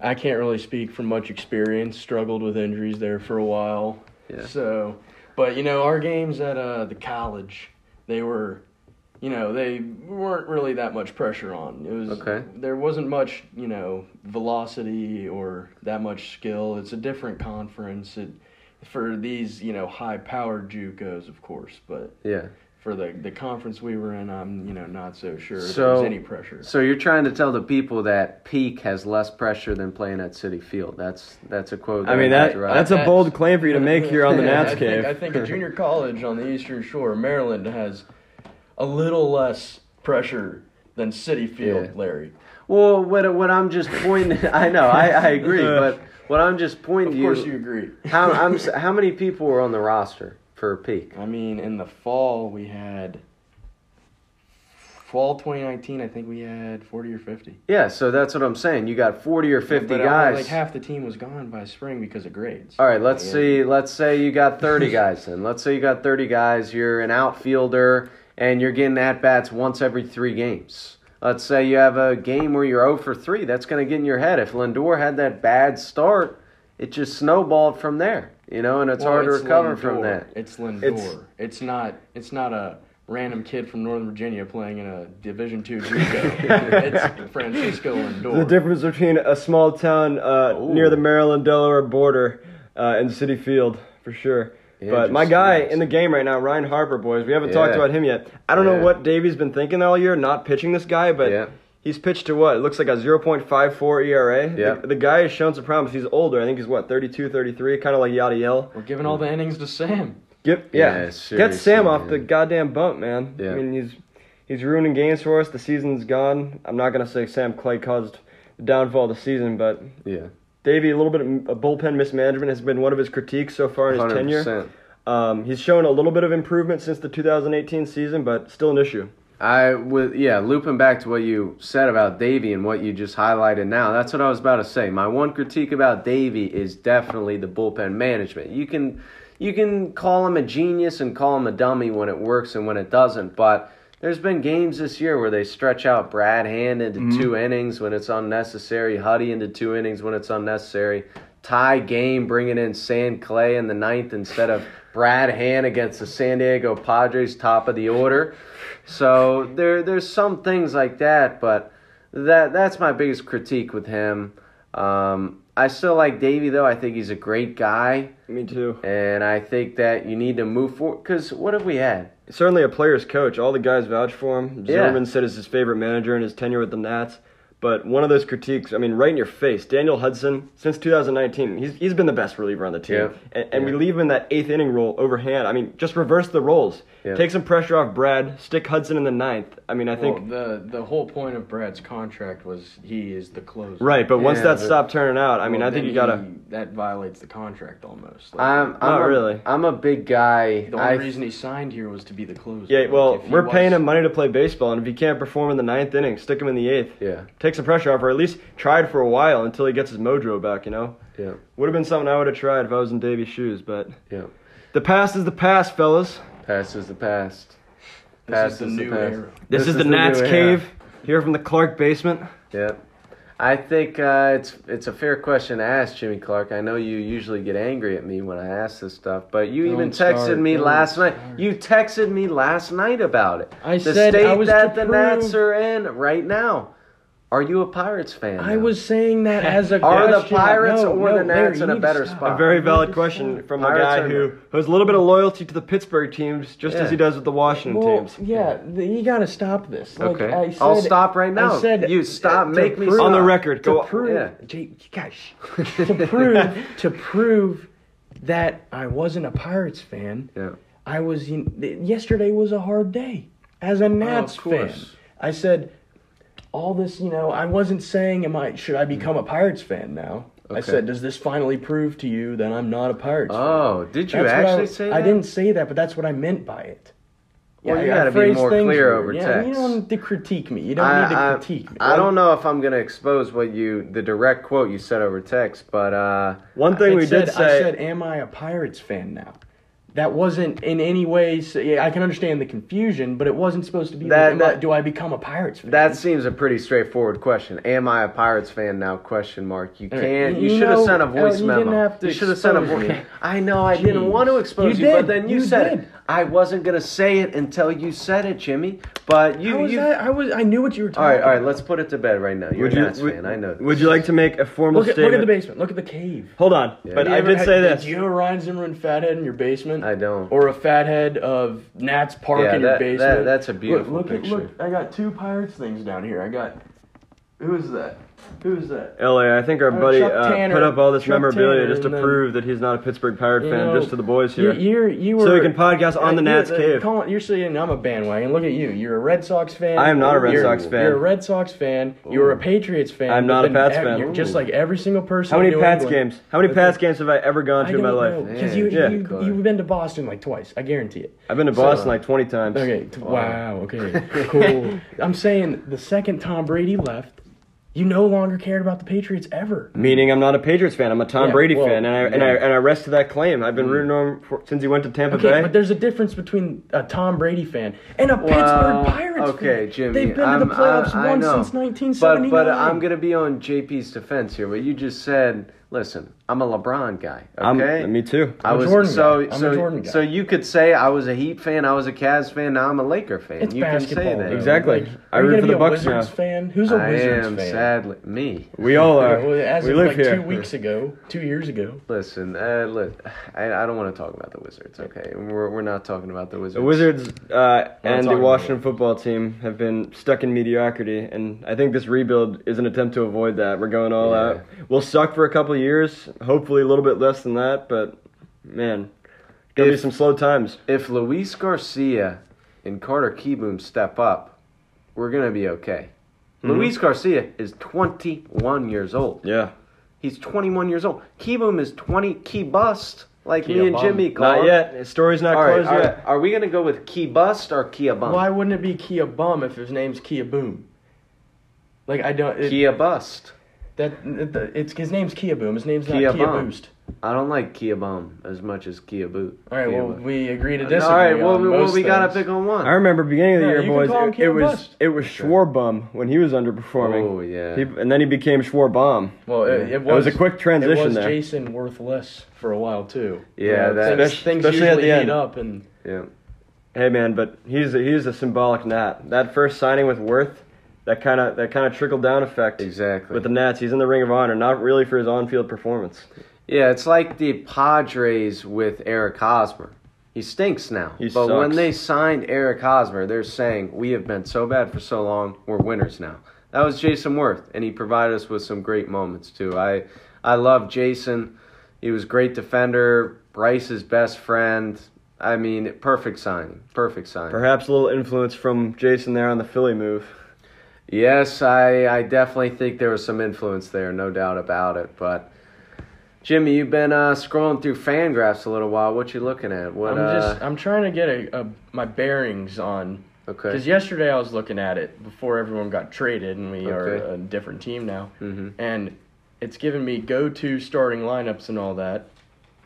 Speaker 4: I can't really speak from much experience. Struggled with injuries there for a while.
Speaker 3: Yeah.
Speaker 4: So, but you know, our games at uh, the college, they were, you know, they weren't really that much pressure on. It was
Speaker 3: Okay.
Speaker 4: There wasn't much, you know, velocity or that much skill. It's a different conference. It, for these, you know, high-powered JUCOs, of course, but
Speaker 3: Yeah.
Speaker 4: for the the conference we were in, I'm you know not so sure if
Speaker 3: So-
Speaker 4: there's any pressure.
Speaker 3: So you're trying to tell the people that Peak has less pressure than playing at City Field. That's that's a quote.
Speaker 2: I mean, that, that's a
Speaker 4: That's-
Speaker 2: bold claim for you to make here on the
Speaker 4: Yeah,
Speaker 2: Nats
Speaker 4: I think,
Speaker 2: Cave.
Speaker 4: I think a junior college on the Eastern Shore, Maryland, has a little less pressure than City Field,
Speaker 3: Yeah.
Speaker 4: Larry.
Speaker 3: Well, what what I'm just pointing, I know, I, I agree, but what I'm just pointing
Speaker 4: Of
Speaker 3: to
Speaker 4: course, you agree.
Speaker 3: how I'm s- how many people were on the roster for peak?
Speaker 4: I mean, in the fall we had fall 2019. I think we had 40 or 50.
Speaker 3: Yeah, so that's what I'm saying. You got 40 or 50
Speaker 4: But, uh,
Speaker 3: guys.
Speaker 4: Like half the team was gone by spring because of grades.
Speaker 3: All right, let's
Speaker 4: Yeah.
Speaker 3: see. Let's say you got 30 guys then. Let's say you got 30 guys. You're an outfielder and you're getting at bats once every three games. Let's say you have a game where you're 0 for 3. That's going to get in your head. If Lindor had that bad start, it just snowballed from there, you know, and it's
Speaker 4: Well,
Speaker 3: hard to
Speaker 4: it's
Speaker 3: recover
Speaker 4: Lindor.
Speaker 3: from that.
Speaker 4: It's Lindor.
Speaker 3: It's-
Speaker 4: It's, not. It's not a random kid from Northern Virginia playing in a Division Two JUCO. it's Francisco
Speaker 2: the
Speaker 4: Lindor.
Speaker 2: difference between a small town uh, near the Maryland Delaware border uh, and City Field for sure. But my
Speaker 3: Interesting.
Speaker 2: guy in the game right now, Ryan Harper, boys, we haven't talked
Speaker 3: Yeah.
Speaker 2: about him yet. I don't
Speaker 3: Yeah.
Speaker 2: know what Davey's been thinking all year, not pitching this guy, but
Speaker 3: Yeah.
Speaker 2: he's pitched to what? It looks like a 0.54 ERA.
Speaker 3: Yeah.
Speaker 2: E The, the guy has shown some promise. He's older. I think he's, what, 32, 33, kind of like Yadiel.
Speaker 4: We're giving all the innings to Sam.
Speaker 2: Yep.
Speaker 3: Yeah,
Speaker 2: Yeah. Get
Speaker 3: seriously,
Speaker 2: Sam off
Speaker 3: man.
Speaker 2: the goddamn bump, man.
Speaker 3: Yeah.
Speaker 2: I mean, he's he's ruining games for us. The season's gone. I'm not gonna say Sam Clay caused the downfall of the season, but
Speaker 3: Yeah.
Speaker 2: Davey, a little bit of of bullpen mismanagement has been one of his critiques so far in his
Speaker 3: 100%.
Speaker 2: tenure. Um, he's shown a little bit of improvement since the 2018 season, but still an issue.
Speaker 3: I with yeah, looping back to what you said about Davy and what you just highlighted now. That's what I was about to say. My one critique about Davy is definitely the bullpen management. You can you can call him a genius and call him a dummy when it works and when it doesn't, but there's been games this year where they stretch out Brad Hand into two innings when it's unnecessary, Huddy into two innings when it's unnecessary, tie game bringing in San Clay in the ninth instead of Brad Hand against the San Diego Padres, top of the order. So there there's some things like that, but that that's my biggest critique with him. Um, I still like Davey though. I think he's a great guy,
Speaker 2: Me too.
Speaker 3: and I think that you need to move forward. Cause what have we had?
Speaker 2: Certainly a player's coach. All the guys vouch for him.
Speaker 3: Yeah.
Speaker 2: Zimmerman said he's his favorite manager in his tenure with the Nats. But one of those critiques, I mean, right in your face, Daniel Hudson, since 2019, he's, he's been the best reliever on the team.
Speaker 3: Yeah.
Speaker 2: And, and we
Speaker 3: Yeah.
Speaker 2: leave him in that eighth inning role overhand. I mean, just reverse the roles.
Speaker 3: Yeah.
Speaker 2: Take some pressure off Brad, stick Hudson in the ninth. I mean, I think.
Speaker 4: Well, the the whole point of Brad's contract was he is the closer.
Speaker 2: right, but once
Speaker 3: Yeah,
Speaker 2: that
Speaker 3: but-
Speaker 2: stopped turning out, I mean,
Speaker 4: Well,
Speaker 2: I think
Speaker 4: then
Speaker 2: you gotta.
Speaker 4: he- That violates the contract almost. Like,
Speaker 3: I'm, I'm
Speaker 2: Not
Speaker 3: a-
Speaker 2: really.
Speaker 3: I'm a big guy.
Speaker 4: the only
Speaker 3: I-
Speaker 4: reason he signed here was to be the closer.
Speaker 2: Yeah,
Speaker 4: Like,
Speaker 2: well,
Speaker 4: if he
Speaker 2: we're paying
Speaker 4: was-
Speaker 2: him money to play baseball, and if he can't perform in the ninth inning, stick him in the eighth.
Speaker 3: Yeah.
Speaker 2: Take some pressure off, or at least try it for a while until he gets his mojo back, you know?
Speaker 3: Yeah.
Speaker 2: Would have been something I would have tried if I was in Davy's shoes, but
Speaker 3: Yeah.
Speaker 2: the past is the past, fellas.
Speaker 3: Past is the past.
Speaker 4: This is the new era.
Speaker 2: This, is, the, Nats
Speaker 3: new era.
Speaker 2: Cave, here from the Clark basement.
Speaker 3: Yeah. I think uh, it's it's a fair question to ask Jimmy Clark. I know you usually get angry at me when I ask this stuff, but you
Speaker 4: Don't
Speaker 3: even texted
Speaker 4: start,
Speaker 3: me
Speaker 4: don't
Speaker 3: last night.
Speaker 4: start.
Speaker 3: You texted me last night about it.
Speaker 4: I
Speaker 3: the
Speaker 4: said I
Speaker 3: state
Speaker 4: was
Speaker 3: that
Speaker 4: to
Speaker 3: the Nats
Speaker 4: prove-
Speaker 3: are in right now. Are you a Pirates fan?
Speaker 4: I
Speaker 3: now?
Speaker 4: was saying that as a
Speaker 3: Are the
Speaker 4: question.
Speaker 3: Pirates
Speaker 4: No,
Speaker 3: or
Speaker 4: no,
Speaker 3: the
Speaker 4: Larry,
Speaker 3: Nats
Speaker 4: you
Speaker 3: in a
Speaker 4: need to
Speaker 3: better
Speaker 4: stop.
Speaker 3: spot?
Speaker 2: A very
Speaker 4: Hundred
Speaker 2: valid
Speaker 4: percent.
Speaker 2: question from a
Speaker 3: Pirates
Speaker 2: guy
Speaker 3: are-
Speaker 2: who has a little bit of loyalty to the Pittsburgh teams, just as
Speaker 3: Yeah.
Speaker 2: he does with the Washington
Speaker 4: Well,
Speaker 2: teams.
Speaker 4: yeah, th- you gotta stop this. Like,
Speaker 3: Okay.
Speaker 4: I said,
Speaker 3: I'll stop right now.
Speaker 4: I said
Speaker 3: You stop,
Speaker 4: to
Speaker 3: make me
Speaker 4: prove-
Speaker 3: stop.
Speaker 2: On the record,
Speaker 4: To
Speaker 2: go.
Speaker 4: prove,
Speaker 3: Yeah.
Speaker 4: Gee, gosh, to prove, to prove that I wasn't a Pirates fan.
Speaker 3: Yeah.
Speaker 4: I was. you- th- Yesterday was a hard day as a Nats fan.
Speaker 3: course.
Speaker 4: I said all this. You know, I wasn't saying, "Am I? Should I become a Pirates fan now?"
Speaker 3: Okay.
Speaker 4: I said, "Does this finally prove to you that I'm not a Pirates?" fan?"
Speaker 3: Oh, did you
Speaker 4: That's what
Speaker 3: actually
Speaker 4: I,
Speaker 3: say that?
Speaker 4: I didn't say that, but that's what I meant by it.
Speaker 3: Well,
Speaker 4: Yeah,
Speaker 3: you
Speaker 4: I
Speaker 3: gotta be
Speaker 4: phrase
Speaker 3: more
Speaker 4: things
Speaker 3: clear
Speaker 4: weird.
Speaker 3: over
Speaker 4: yeah, You
Speaker 3: text.
Speaker 4: don't need to critique me. You don't need to critique me.
Speaker 3: I don't know if I'm gonna expose what you the direct quote you said over text, but uh
Speaker 2: One thing
Speaker 4: It
Speaker 2: we
Speaker 4: said-
Speaker 2: did say.
Speaker 4: I said, "Am I a Pirates fan now?" That wasn't in any way. So, yeah, I can understand the confusion, but it wasn't supposed to be.
Speaker 3: That-
Speaker 4: like, am I-
Speaker 3: that-
Speaker 4: do I become a Pirates fan?
Speaker 3: that seems a pretty straightforward question. Am I a Pirates fan now? Question mark. You
Speaker 4: All right.
Speaker 3: can't. You,
Speaker 4: You
Speaker 3: should have
Speaker 4: know,
Speaker 3: sent a voice
Speaker 4: Elton, you
Speaker 3: memo.
Speaker 4: didn't have to
Speaker 3: you should have sent a
Speaker 4: expose
Speaker 3: voice.
Speaker 4: me.
Speaker 3: I know. I didn't
Speaker 4: Jeez.
Speaker 3: want to expose you,
Speaker 4: You
Speaker 3: but
Speaker 4: did.
Speaker 3: then you,
Speaker 4: You
Speaker 3: said it.
Speaker 4: did.
Speaker 3: I wasn't gonna say it until you said it, Jimmy. But you.
Speaker 4: How was
Speaker 3: you
Speaker 4: that? I was. I knew what you were
Speaker 3: All
Speaker 4: talking.
Speaker 3: right, all right.
Speaker 4: about.
Speaker 3: Let's put it to bed right now. You're
Speaker 2: Would
Speaker 3: a
Speaker 2: you,
Speaker 3: Nats
Speaker 2: would,
Speaker 3: fan. I know. This.
Speaker 2: would you like to make a formal
Speaker 4: Look at, look
Speaker 2: statement?
Speaker 4: at the basement. Look at the cave.
Speaker 2: Hold on, but
Speaker 4: You
Speaker 2: I
Speaker 4: ever
Speaker 2: did
Speaker 4: had-
Speaker 2: say this.
Speaker 4: Did you have a Ryan Zimmerman fathead in your basement?
Speaker 3: I don't.
Speaker 4: Or a fathead of Nats Park
Speaker 3: Yeah,
Speaker 4: in your
Speaker 3: that- that-
Speaker 4: basement?
Speaker 3: that's a
Speaker 4: Look,
Speaker 3: beautiful
Speaker 4: look, at-
Speaker 3: picture.
Speaker 4: look, I got two Pirates things down here. I got. Who is that? Who is that?
Speaker 2: LA, I think our
Speaker 4: Uh,
Speaker 2: buddy
Speaker 4: Chuck
Speaker 2: uh,
Speaker 4: Tanner-
Speaker 2: put up all this
Speaker 4: Chuck
Speaker 2: memorabilia
Speaker 4: Tanner
Speaker 2: just to
Speaker 4: and then-
Speaker 2: prove that he's not a Pittsburgh Pirate
Speaker 4: You
Speaker 2: fan,
Speaker 4: know,
Speaker 2: just to the boys
Speaker 4: You,
Speaker 2: here.
Speaker 4: you're, you were,
Speaker 2: So we can podcast on the
Speaker 4: Yeah,
Speaker 2: Nats Cave.
Speaker 4: Colin, you're saying I'm a bandwagon. Look at you. You're a Red Sox fan.
Speaker 2: I am not a Red
Speaker 4: You're-
Speaker 2: Sox fan.
Speaker 4: You're a Red Sox fan. You were a Patriots fan.
Speaker 2: I'm
Speaker 4: but
Speaker 2: not a
Speaker 4: then
Speaker 2: Pats
Speaker 4: ev-
Speaker 2: fan.
Speaker 4: you're Just like every single person.
Speaker 2: How many
Speaker 4: in New
Speaker 2: Pats
Speaker 4: England-
Speaker 2: games? How many
Speaker 4: That's
Speaker 2: Pats games have I ever gone
Speaker 4: I
Speaker 2: to in my
Speaker 4: don't
Speaker 2: life?
Speaker 4: know,
Speaker 3: Man,
Speaker 4: because you,
Speaker 2: yeah.
Speaker 4: you, you've been to Boston like twice. I guarantee it.
Speaker 2: I've been to
Speaker 4: So-
Speaker 2: Boston like 20 times.
Speaker 4: Okay. t- wow. Okay. Cool. I'm saying the second Tom Brady left, you no longer cared about the Patriots ever.
Speaker 2: Meaning I'm not a Patriots fan. I'm a Tom
Speaker 4: Yeah,
Speaker 2: Brady
Speaker 4: well, Mm.
Speaker 2: fan, and I, and I and I rest to that claim. I've been rooting on him for, since he went to Tampa
Speaker 4: Okay,
Speaker 2: Bay.
Speaker 4: but there's a difference between a Tom Brady fan and a
Speaker 3: Well,
Speaker 4: Pittsburgh Pirates fan.
Speaker 3: okay, Jimmy.
Speaker 4: They've been
Speaker 3: I'm,
Speaker 4: to the playoffs
Speaker 3: I, I
Speaker 4: once
Speaker 3: know.
Speaker 4: since 1979.
Speaker 3: But, but I'm going to be on JP's defense here. But you just said, listen, I'm a LeBron guy.
Speaker 2: I'm- uh,
Speaker 3: Okay?
Speaker 2: me too.
Speaker 3: I
Speaker 4: I'm a
Speaker 3: was
Speaker 4: Jordan
Speaker 3: so
Speaker 4: guy. I'm a
Speaker 3: so
Speaker 4: Jordan guy.
Speaker 3: so you could say I was a Heat fan, I was a Cavs fan, now I'm a Laker fan.
Speaker 4: It's
Speaker 3: you
Speaker 4: basketball.
Speaker 3: can say that.
Speaker 4: though.
Speaker 2: Exactly.
Speaker 4: Like,
Speaker 2: I
Speaker 4: are you
Speaker 2: root
Speaker 4: gonna
Speaker 2: for
Speaker 4: be
Speaker 2: the
Speaker 4: a
Speaker 2: Bucks
Speaker 4: Wizards
Speaker 2: now.
Speaker 4: fan? Who's a
Speaker 3: I
Speaker 4: Wizards
Speaker 3: am
Speaker 4: fan?
Speaker 3: sadly me.
Speaker 2: we all
Speaker 4: Yeah,
Speaker 2: are.
Speaker 4: well, as
Speaker 2: we
Speaker 4: of
Speaker 2: live
Speaker 4: like
Speaker 2: here.
Speaker 4: two weeks ago, two years ago.
Speaker 3: Listen, uh, li- I, I don't want to talk about the Wizards. Okay, we're, we're not talking about the Wizards.
Speaker 2: The Wizards uh, and the
Speaker 4: talking
Speaker 2: Washington football team have been stuck in mediocrity, and I think this rebuild is an attempt to avoid that. We're going all
Speaker 3: Yeah.
Speaker 2: out. We'll suck for a couple of years, hopefully a little bit less than that, but man, gonna
Speaker 3: If-
Speaker 2: be some slow times.
Speaker 3: If Luis Garcia and Carter Keyboom step up, we're gonna be okay.
Speaker 4: Mm-hmm.
Speaker 3: Luis Garcia is 21 years old.
Speaker 2: Yeah,
Speaker 3: He's 21 years old. Keyboom is 20. Key bust, like me and
Speaker 4: Bum.
Speaker 3: Jimmy call.
Speaker 2: not
Speaker 3: him.
Speaker 2: yet. His story's not
Speaker 3: All right,
Speaker 2: closed
Speaker 3: all
Speaker 2: yet.
Speaker 3: right. Are we gonna go with Key bust or Kia bum?
Speaker 4: Why wouldn't it be Kia Bum if his name's Kia Boom? Like I don't. It,
Speaker 3: Kia bust.
Speaker 4: that it- it's his name's Kia Boom. His name's
Speaker 3: Kia
Speaker 4: not Kia
Speaker 3: Bum.
Speaker 4: Boost.
Speaker 3: I don't like Kia bum as much as Kia boot.
Speaker 4: All right.
Speaker 3: Kia
Speaker 4: Well,
Speaker 3: Boost.
Speaker 4: we agree to
Speaker 3: all
Speaker 4: disagree.
Speaker 3: right. Well,
Speaker 4: on
Speaker 3: we, well,
Speaker 4: most
Speaker 3: we gotta
Speaker 4: things.
Speaker 3: pick on one.
Speaker 2: I remember beginning of the
Speaker 4: No,
Speaker 2: year,
Speaker 4: you can
Speaker 2: boys.
Speaker 4: call him
Speaker 2: It,
Speaker 4: Kid
Speaker 2: it was
Speaker 4: Bust.
Speaker 2: it was Schwarbum when he was underperforming.
Speaker 3: Oh, yeah.
Speaker 2: He- and then he became Schwarbomb.
Speaker 4: Well, it, it
Speaker 2: That was a quick
Speaker 4: It
Speaker 2: transition
Speaker 4: was
Speaker 2: there.
Speaker 4: Jason worthless for a while too.
Speaker 3: Yeah,
Speaker 4: You know,
Speaker 3: that-
Speaker 4: things, things
Speaker 2: Especially at
Speaker 4: usually
Speaker 2: the
Speaker 4: heat
Speaker 2: end.
Speaker 4: up, and
Speaker 3: yeah.
Speaker 2: Hey man, but he's a, he's a symbolic Nat. That first signing with Worth, that kind of that kind of trickle down effect.
Speaker 3: Exactly.
Speaker 2: With the Nats, he's in the Ring of Honor, not really for his on-field performance.
Speaker 3: Yeah, it's like the Padres with Eric Hosmer. He stinks now.
Speaker 2: He
Speaker 3: but when
Speaker 2: sucks.
Speaker 3: they signed Eric Hosmer, they're saying, We have been so bad for so long, we're winners now. That was Jason Worth, and he provided us with some great moments too. I I love Jason. He was a great defender, Bryce's best friend. I mean, perfect signing. Perfect signing.
Speaker 2: Perhaps a little influence from Jason there on the Philly move.
Speaker 3: Yes, I, I definitely think there was some influence there, no doubt about it. But Jimmy, you've been uh, scrolling through fan graphs a little while. What you looking at? What?
Speaker 4: I'm
Speaker 3: uh,
Speaker 4: just I'm trying to get a, a my bearings on
Speaker 3: uh, okay.
Speaker 4: because yesterday I was looking at it before everyone got traded, and we
Speaker 3: Okay.
Speaker 4: are a different team now,
Speaker 3: Mhm.
Speaker 4: and it's given me go-to starting lineups and all that,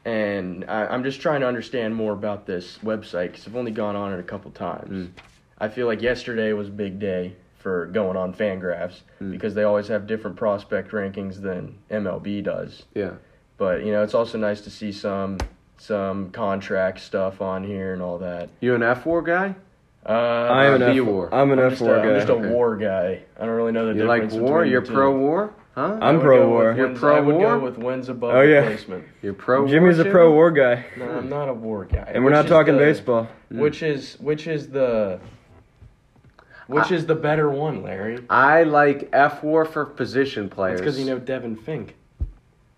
Speaker 4: and I, I'm just trying to understand more about this website because I've only gone on it a couple times. I feel like yesterday was a big day for going on Fangraphs because they always have different prospect rankings than MLB does.
Speaker 3: yeah.
Speaker 4: But you know, it's also nice to see some some contract stuff on here and all that.
Speaker 3: You an F war guy?
Speaker 4: Uh,
Speaker 2: I am
Speaker 3: a
Speaker 2: an
Speaker 3: B
Speaker 2: F.
Speaker 3: war.
Speaker 2: I'm an
Speaker 4: I'm
Speaker 2: F
Speaker 4: just
Speaker 2: four
Speaker 4: a- I'm
Speaker 2: guy.
Speaker 4: just a war guy. I don't really know the
Speaker 3: You like
Speaker 4: difference.
Speaker 3: war?
Speaker 4: between
Speaker 3: You're
Speaker 4: the two.
Speaker 3: pro war? Huh?
Speaker 4: I
Speaker 2: I'm
Speaker 4: would
Speaker 2: pro
Speaker 4: go with
Speaker 2: war.
Speaker 3: You're
Speaker 4: wins-
Speaker 3: pro
Speaker 4: I would go
Speaker 3: war?
Speaker 4: with wins above
Speaker 2: Oh, yeah.
Speaker 4: replacement.
Speaker 3: You're pro.
Speaker 2: Jimmy's
Speaker 3: war,
Speaker 2: a pro war guy,
Speaker 4: No, I'm not a war guy.
Speaker 2: and we're
Speaker 4: Which
Speaker 2: not
Speaker 4: is
Speaker 2: talking
Speaker 4: the-
Speaker 2: baseball.
Speaker 4: Which is which is the which is the better one, Larry?
Speaker 3: I like F war for position players.
Speaker 4: It's because you know Devin Fink.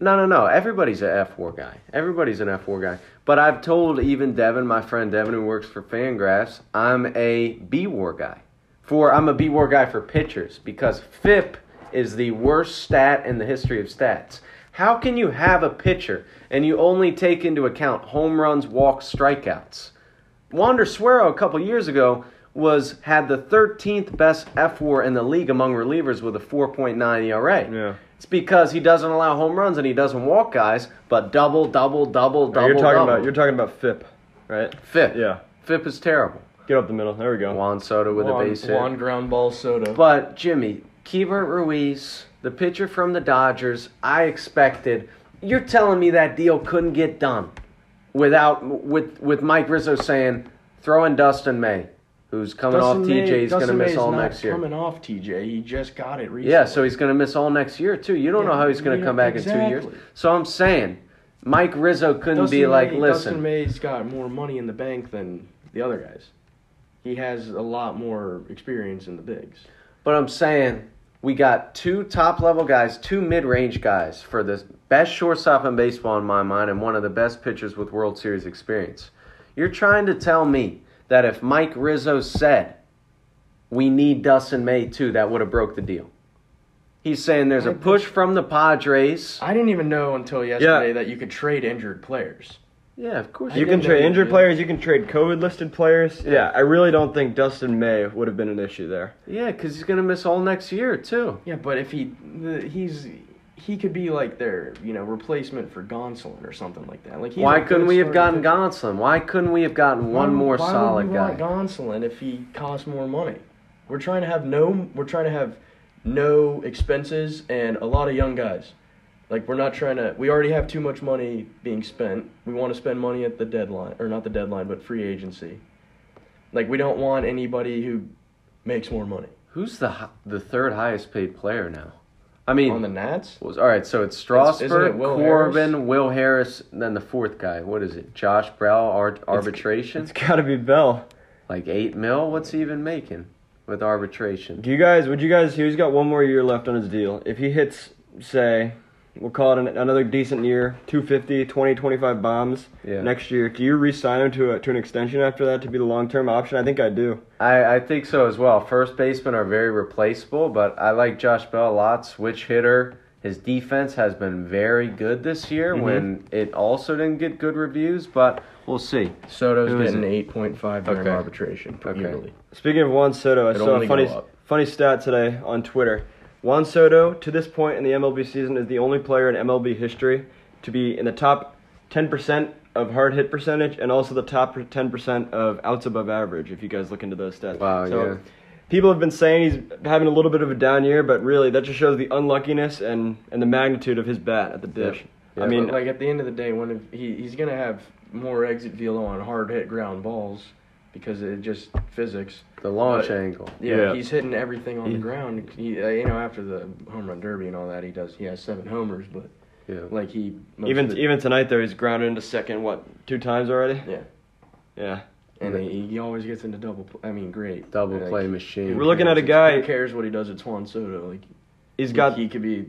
Speaker 3: No, no, no. Everybody's an F4 guy. Everybody's an F4 guy. But I've told even Devin, my friend Devin, who works for Fangraphs, I'm a B War guy. For I'm a B War guy for pitchers because FIP is the worst stat in the history of stats. How can you have a pitcher and you only take into account home runs, walks, strikeouts? Wander Suero a couple years ago was had the 13th best F4 in the league among relievers with a 4.9 ERA.
Speaker 2: Yeah.
Speaker 3: It's because he doesn't allow home runs and he doesn't walk guys, but double, double, double, double.
Speaker 2: you're talking
Speaker 3: double.
Speaker 2: about you're talking about FIP, right?
Speaker 3: FIP.
Speaker 2: Yeah.
Speaker 3: FIP is terrible.
Speaker 2: Get up the middle. There we go.
Speaker 3: Juan Soto with a
Speaker 4: Juan,
Speaker 3: base hit.
Speaker 4: Juan ground ball soda.
Speaker 3: But Jimmy, Kiebert Ruiz, the pitcher from the Dodgers, I expected. You're telling me that deal couldn't get done without with with Mike Rizzo saying throw in Dustin May, who's coming off TJ. he's going to miss all next year.
Speaker 4: Coming off TJ, he just got it recently.
Speaker 3: Yeah, so he's going to miss all next year too. You don't
Speaker 4: Yeah,
Speaker 3: know how he's going to
Speaker 4: yeah,
Speaker 3: come back in two years.
Speaker 4: exactly.
Speaker 3: So I'm saying, Mike Rizzo couldn't
Speaker 4: Dustin
Speaker 3: be like,
Speaker 4: May-
Speaker 3: listen,
Speaker 4: Dustin May's got more money in the bank than the other guys. He has a lot more experience in the bigs.
Speaker 3: But I'm saying we got two top level guys, two mid range guys for the best shortstop in baseball in my mind, and one of the best pitchers with World Series experience. You're trying to tell me that if Mike Rizzo said we need Dustin May too, that would have broke the deal. He's saying there's a push from the Padres.
Speaker 4: I didn't even know until yesterday that you could trade injured players.
Speaker 3: Yeah, of course.
Speaker 2: You
Speaker 4: I
Speaker 2: can
Speaker 4: didn't know
Speaker 2: trade
Speaker 4: you
Speaker 2: injured
Speaker 4: did.
Speaker 2: players. You can trade COVID listed players. Yeah, I really don't think Dustin May would have been an issue there.
Speaker 3: Yeah, because he's gonna miss all next year too.
Speaker 4: Yeah, but if he the, he's he could be like their you know replacement for Gonsolin or something like that. Like he's
Speaker 3: Why
Speaker 4: a good
Speaker 3: couldn't we have gotten
Speaker 4: starting pitcher.
Speaker 3: Gonsolin? Why couldn't we have gotten one
Speaker 4: Why-
Speaker 3: more
Speaker 4: why
Speaker 3: solid
Speaker 4: would we
Speaker 3: guy?
Speaker 4: Want Gonsolin if he costs more money. We're trying to have no. We're trying to have no expenses and a lot of young guys. Like we're not trying to. We already have too much money being spent. We want to spend money at the deadline, or not the deadline, but free agency. Like we don't want anybody who makes more money
Speaker 3: Who's the hi- the third highest paid player now? I mean,
Speaker 4: on the Nats.
Speaker 3: was, all right. So it's
Speaker 4: It's- isn't
Speaker 3: Strasburg,
Speaker 4: it Will
Speaker 3: Corbin,
Speaker 4: Harris?
Speaker 3: Will Harris, and then the fourth guy. What is it? Josh Brow ar- arbitration?
Speaker 2: It's got to be Bell.
Speaker 3: like eight mil. What's he even making with arbitration?
Speaker 2: Do you guys? Would you guys? He's got one more year left on his deal. If he hits, say, we'll call it an, another decent year, 250, 20, 25 bombs
Speaker 3: Yeah.
Speaker 2: next year. Do you re-sign him to a, to an extension after that to be the long-term option? I think I do.
Speaker 3: I, I think so as well. First basemen are very replaceable, but I like Josh Bell a lot. Switch hitter. His defense has been very good this
Speaker 4: Mm-hmm.
Speaker 3: year. When it also didn't get good reviews, but we'll see.
Speaker 4: Soto's
Speaker 3: Who is
Speaker 4: getting
Speaker 3: it?
Speaker 4: eight point five during
Speaker 3: Okay.
Speaker 4: arbitration per
Speaker 3: Okay.
Speaker 4: yearly.
Speaker 2: Speaking of Juan Soto, I
Speaker 4: It'll
Speaker 2: saw
Speaker 4: only
Speaker 2: a funny,
Speaker 4: go up.
Speaker 2: funny stat today on Twitter. Juan Soto, to this point in the MLB season, is the only player in MLB history to be in the top 10% of hard hit percentage and also the top 10% of outs above average, if you guys look into those stats.
Speaker 3: Wow,
Speaker 2: So,
Speaker 3: yeah.
Speaker 2: People have been saying he's having a little bit of a down year, but really that just shows the unluckiness and, and the magnitude of his bat at the dish.
Speaker 3: Yeah,
Speaker 2: I mean,
Speaker 4: But, like at the end of the day, one of he, he's gonna have more exit velo on hard hit ground balls because it just physics.
Speaker 3: The launch
Speaker 4: But-
Speaker 3: angle.
Speaker 4: Yeah,
Speaker 2: Yeah.
Speaker 4: he's hitting everything on the ground. He, uh, you know, after the home run derby and all that, he does. He has seven homers, but
Speaker 3: Yeah.
Speaker 4: like he most
Speaker 2: even
Speaker 4: of the-
Speaker 2: even tonight there he's grounded into second what two times already.
Speaker 4: yeah,
Speaker 2: Yeah,
Speaker 4: and he, he always gets into double. Pl- I mean, great
Speaker 3: Double
Speaker 4: Like,
Speaker 3: play
Speaker 4: who
Speaker 3: machine.
Speaker 2: We're looking at a
Speaker 4: cares?
Speaker 2: guy-
Speaker 4: Who cares what he does at Swan Soto? Like
Speaker 2: he's
Speaker 4: he-
Speaker 2: got
Speaker 4: he could be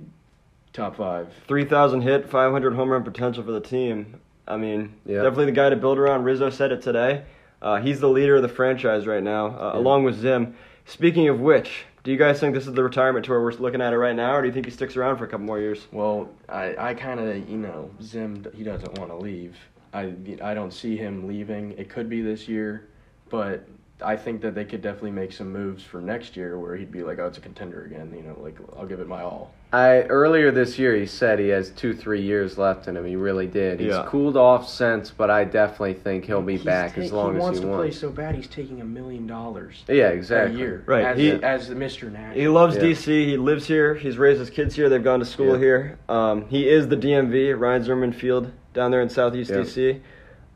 Speaker 4: top five.
Speaker 2: 3,000 hit, 500 home run potential for the team. I mean,
Speaker 3: Yeah.
Speaker 2: definitely the guy to build around. Rizzo said it today. Uh, he's the leader of the franchise right now, uh, along with Zim. Speaking of which, do you guys think this is the retirement tour we're looking at it right now, or do you think he sticks around for a couple more years?
Speaker 4: Well, I, I kind of, you know, Zim, he doesn't want to leave. I, I don't see him leaving. It could be this year, but I think that they could definitely make some moves for next year where he'd be like, oh, it's a contender again. You know, like, I'll give it my all.
Speaker 3: I earlier this year he said he has two three years left in him. He really did. He's
Speaker 2: Yeah.
Speaker 3: cooled off since, but I definitely think he'll be back as long
Speaker 4: he
Speaker 3: as
Speaker 4: wants
Speaker 3: he
Speaker 4: to play
Speaker 3: wants.
Speaker 4: so bad, he's taking a million dollars
Speaker 3: Yeah, exactly.
Speaker 4: a year.
Speaker 2: Right,
Speaker 4: As,
Speaker 2: he-
Speaker 4: as Mr. Nash.
Speaker 2: He loves
Speaker 3: Yeah.
Speaker 2: DC. He lives here. He's raised his kids here. They've gone to school
Speaker 3: Yeah.
Speaker 2: here. Um, he is the DMV, Ryan Zimmerman Field, down there in Southeast
Speaker 3: Yeah.
Speaker 2: DC.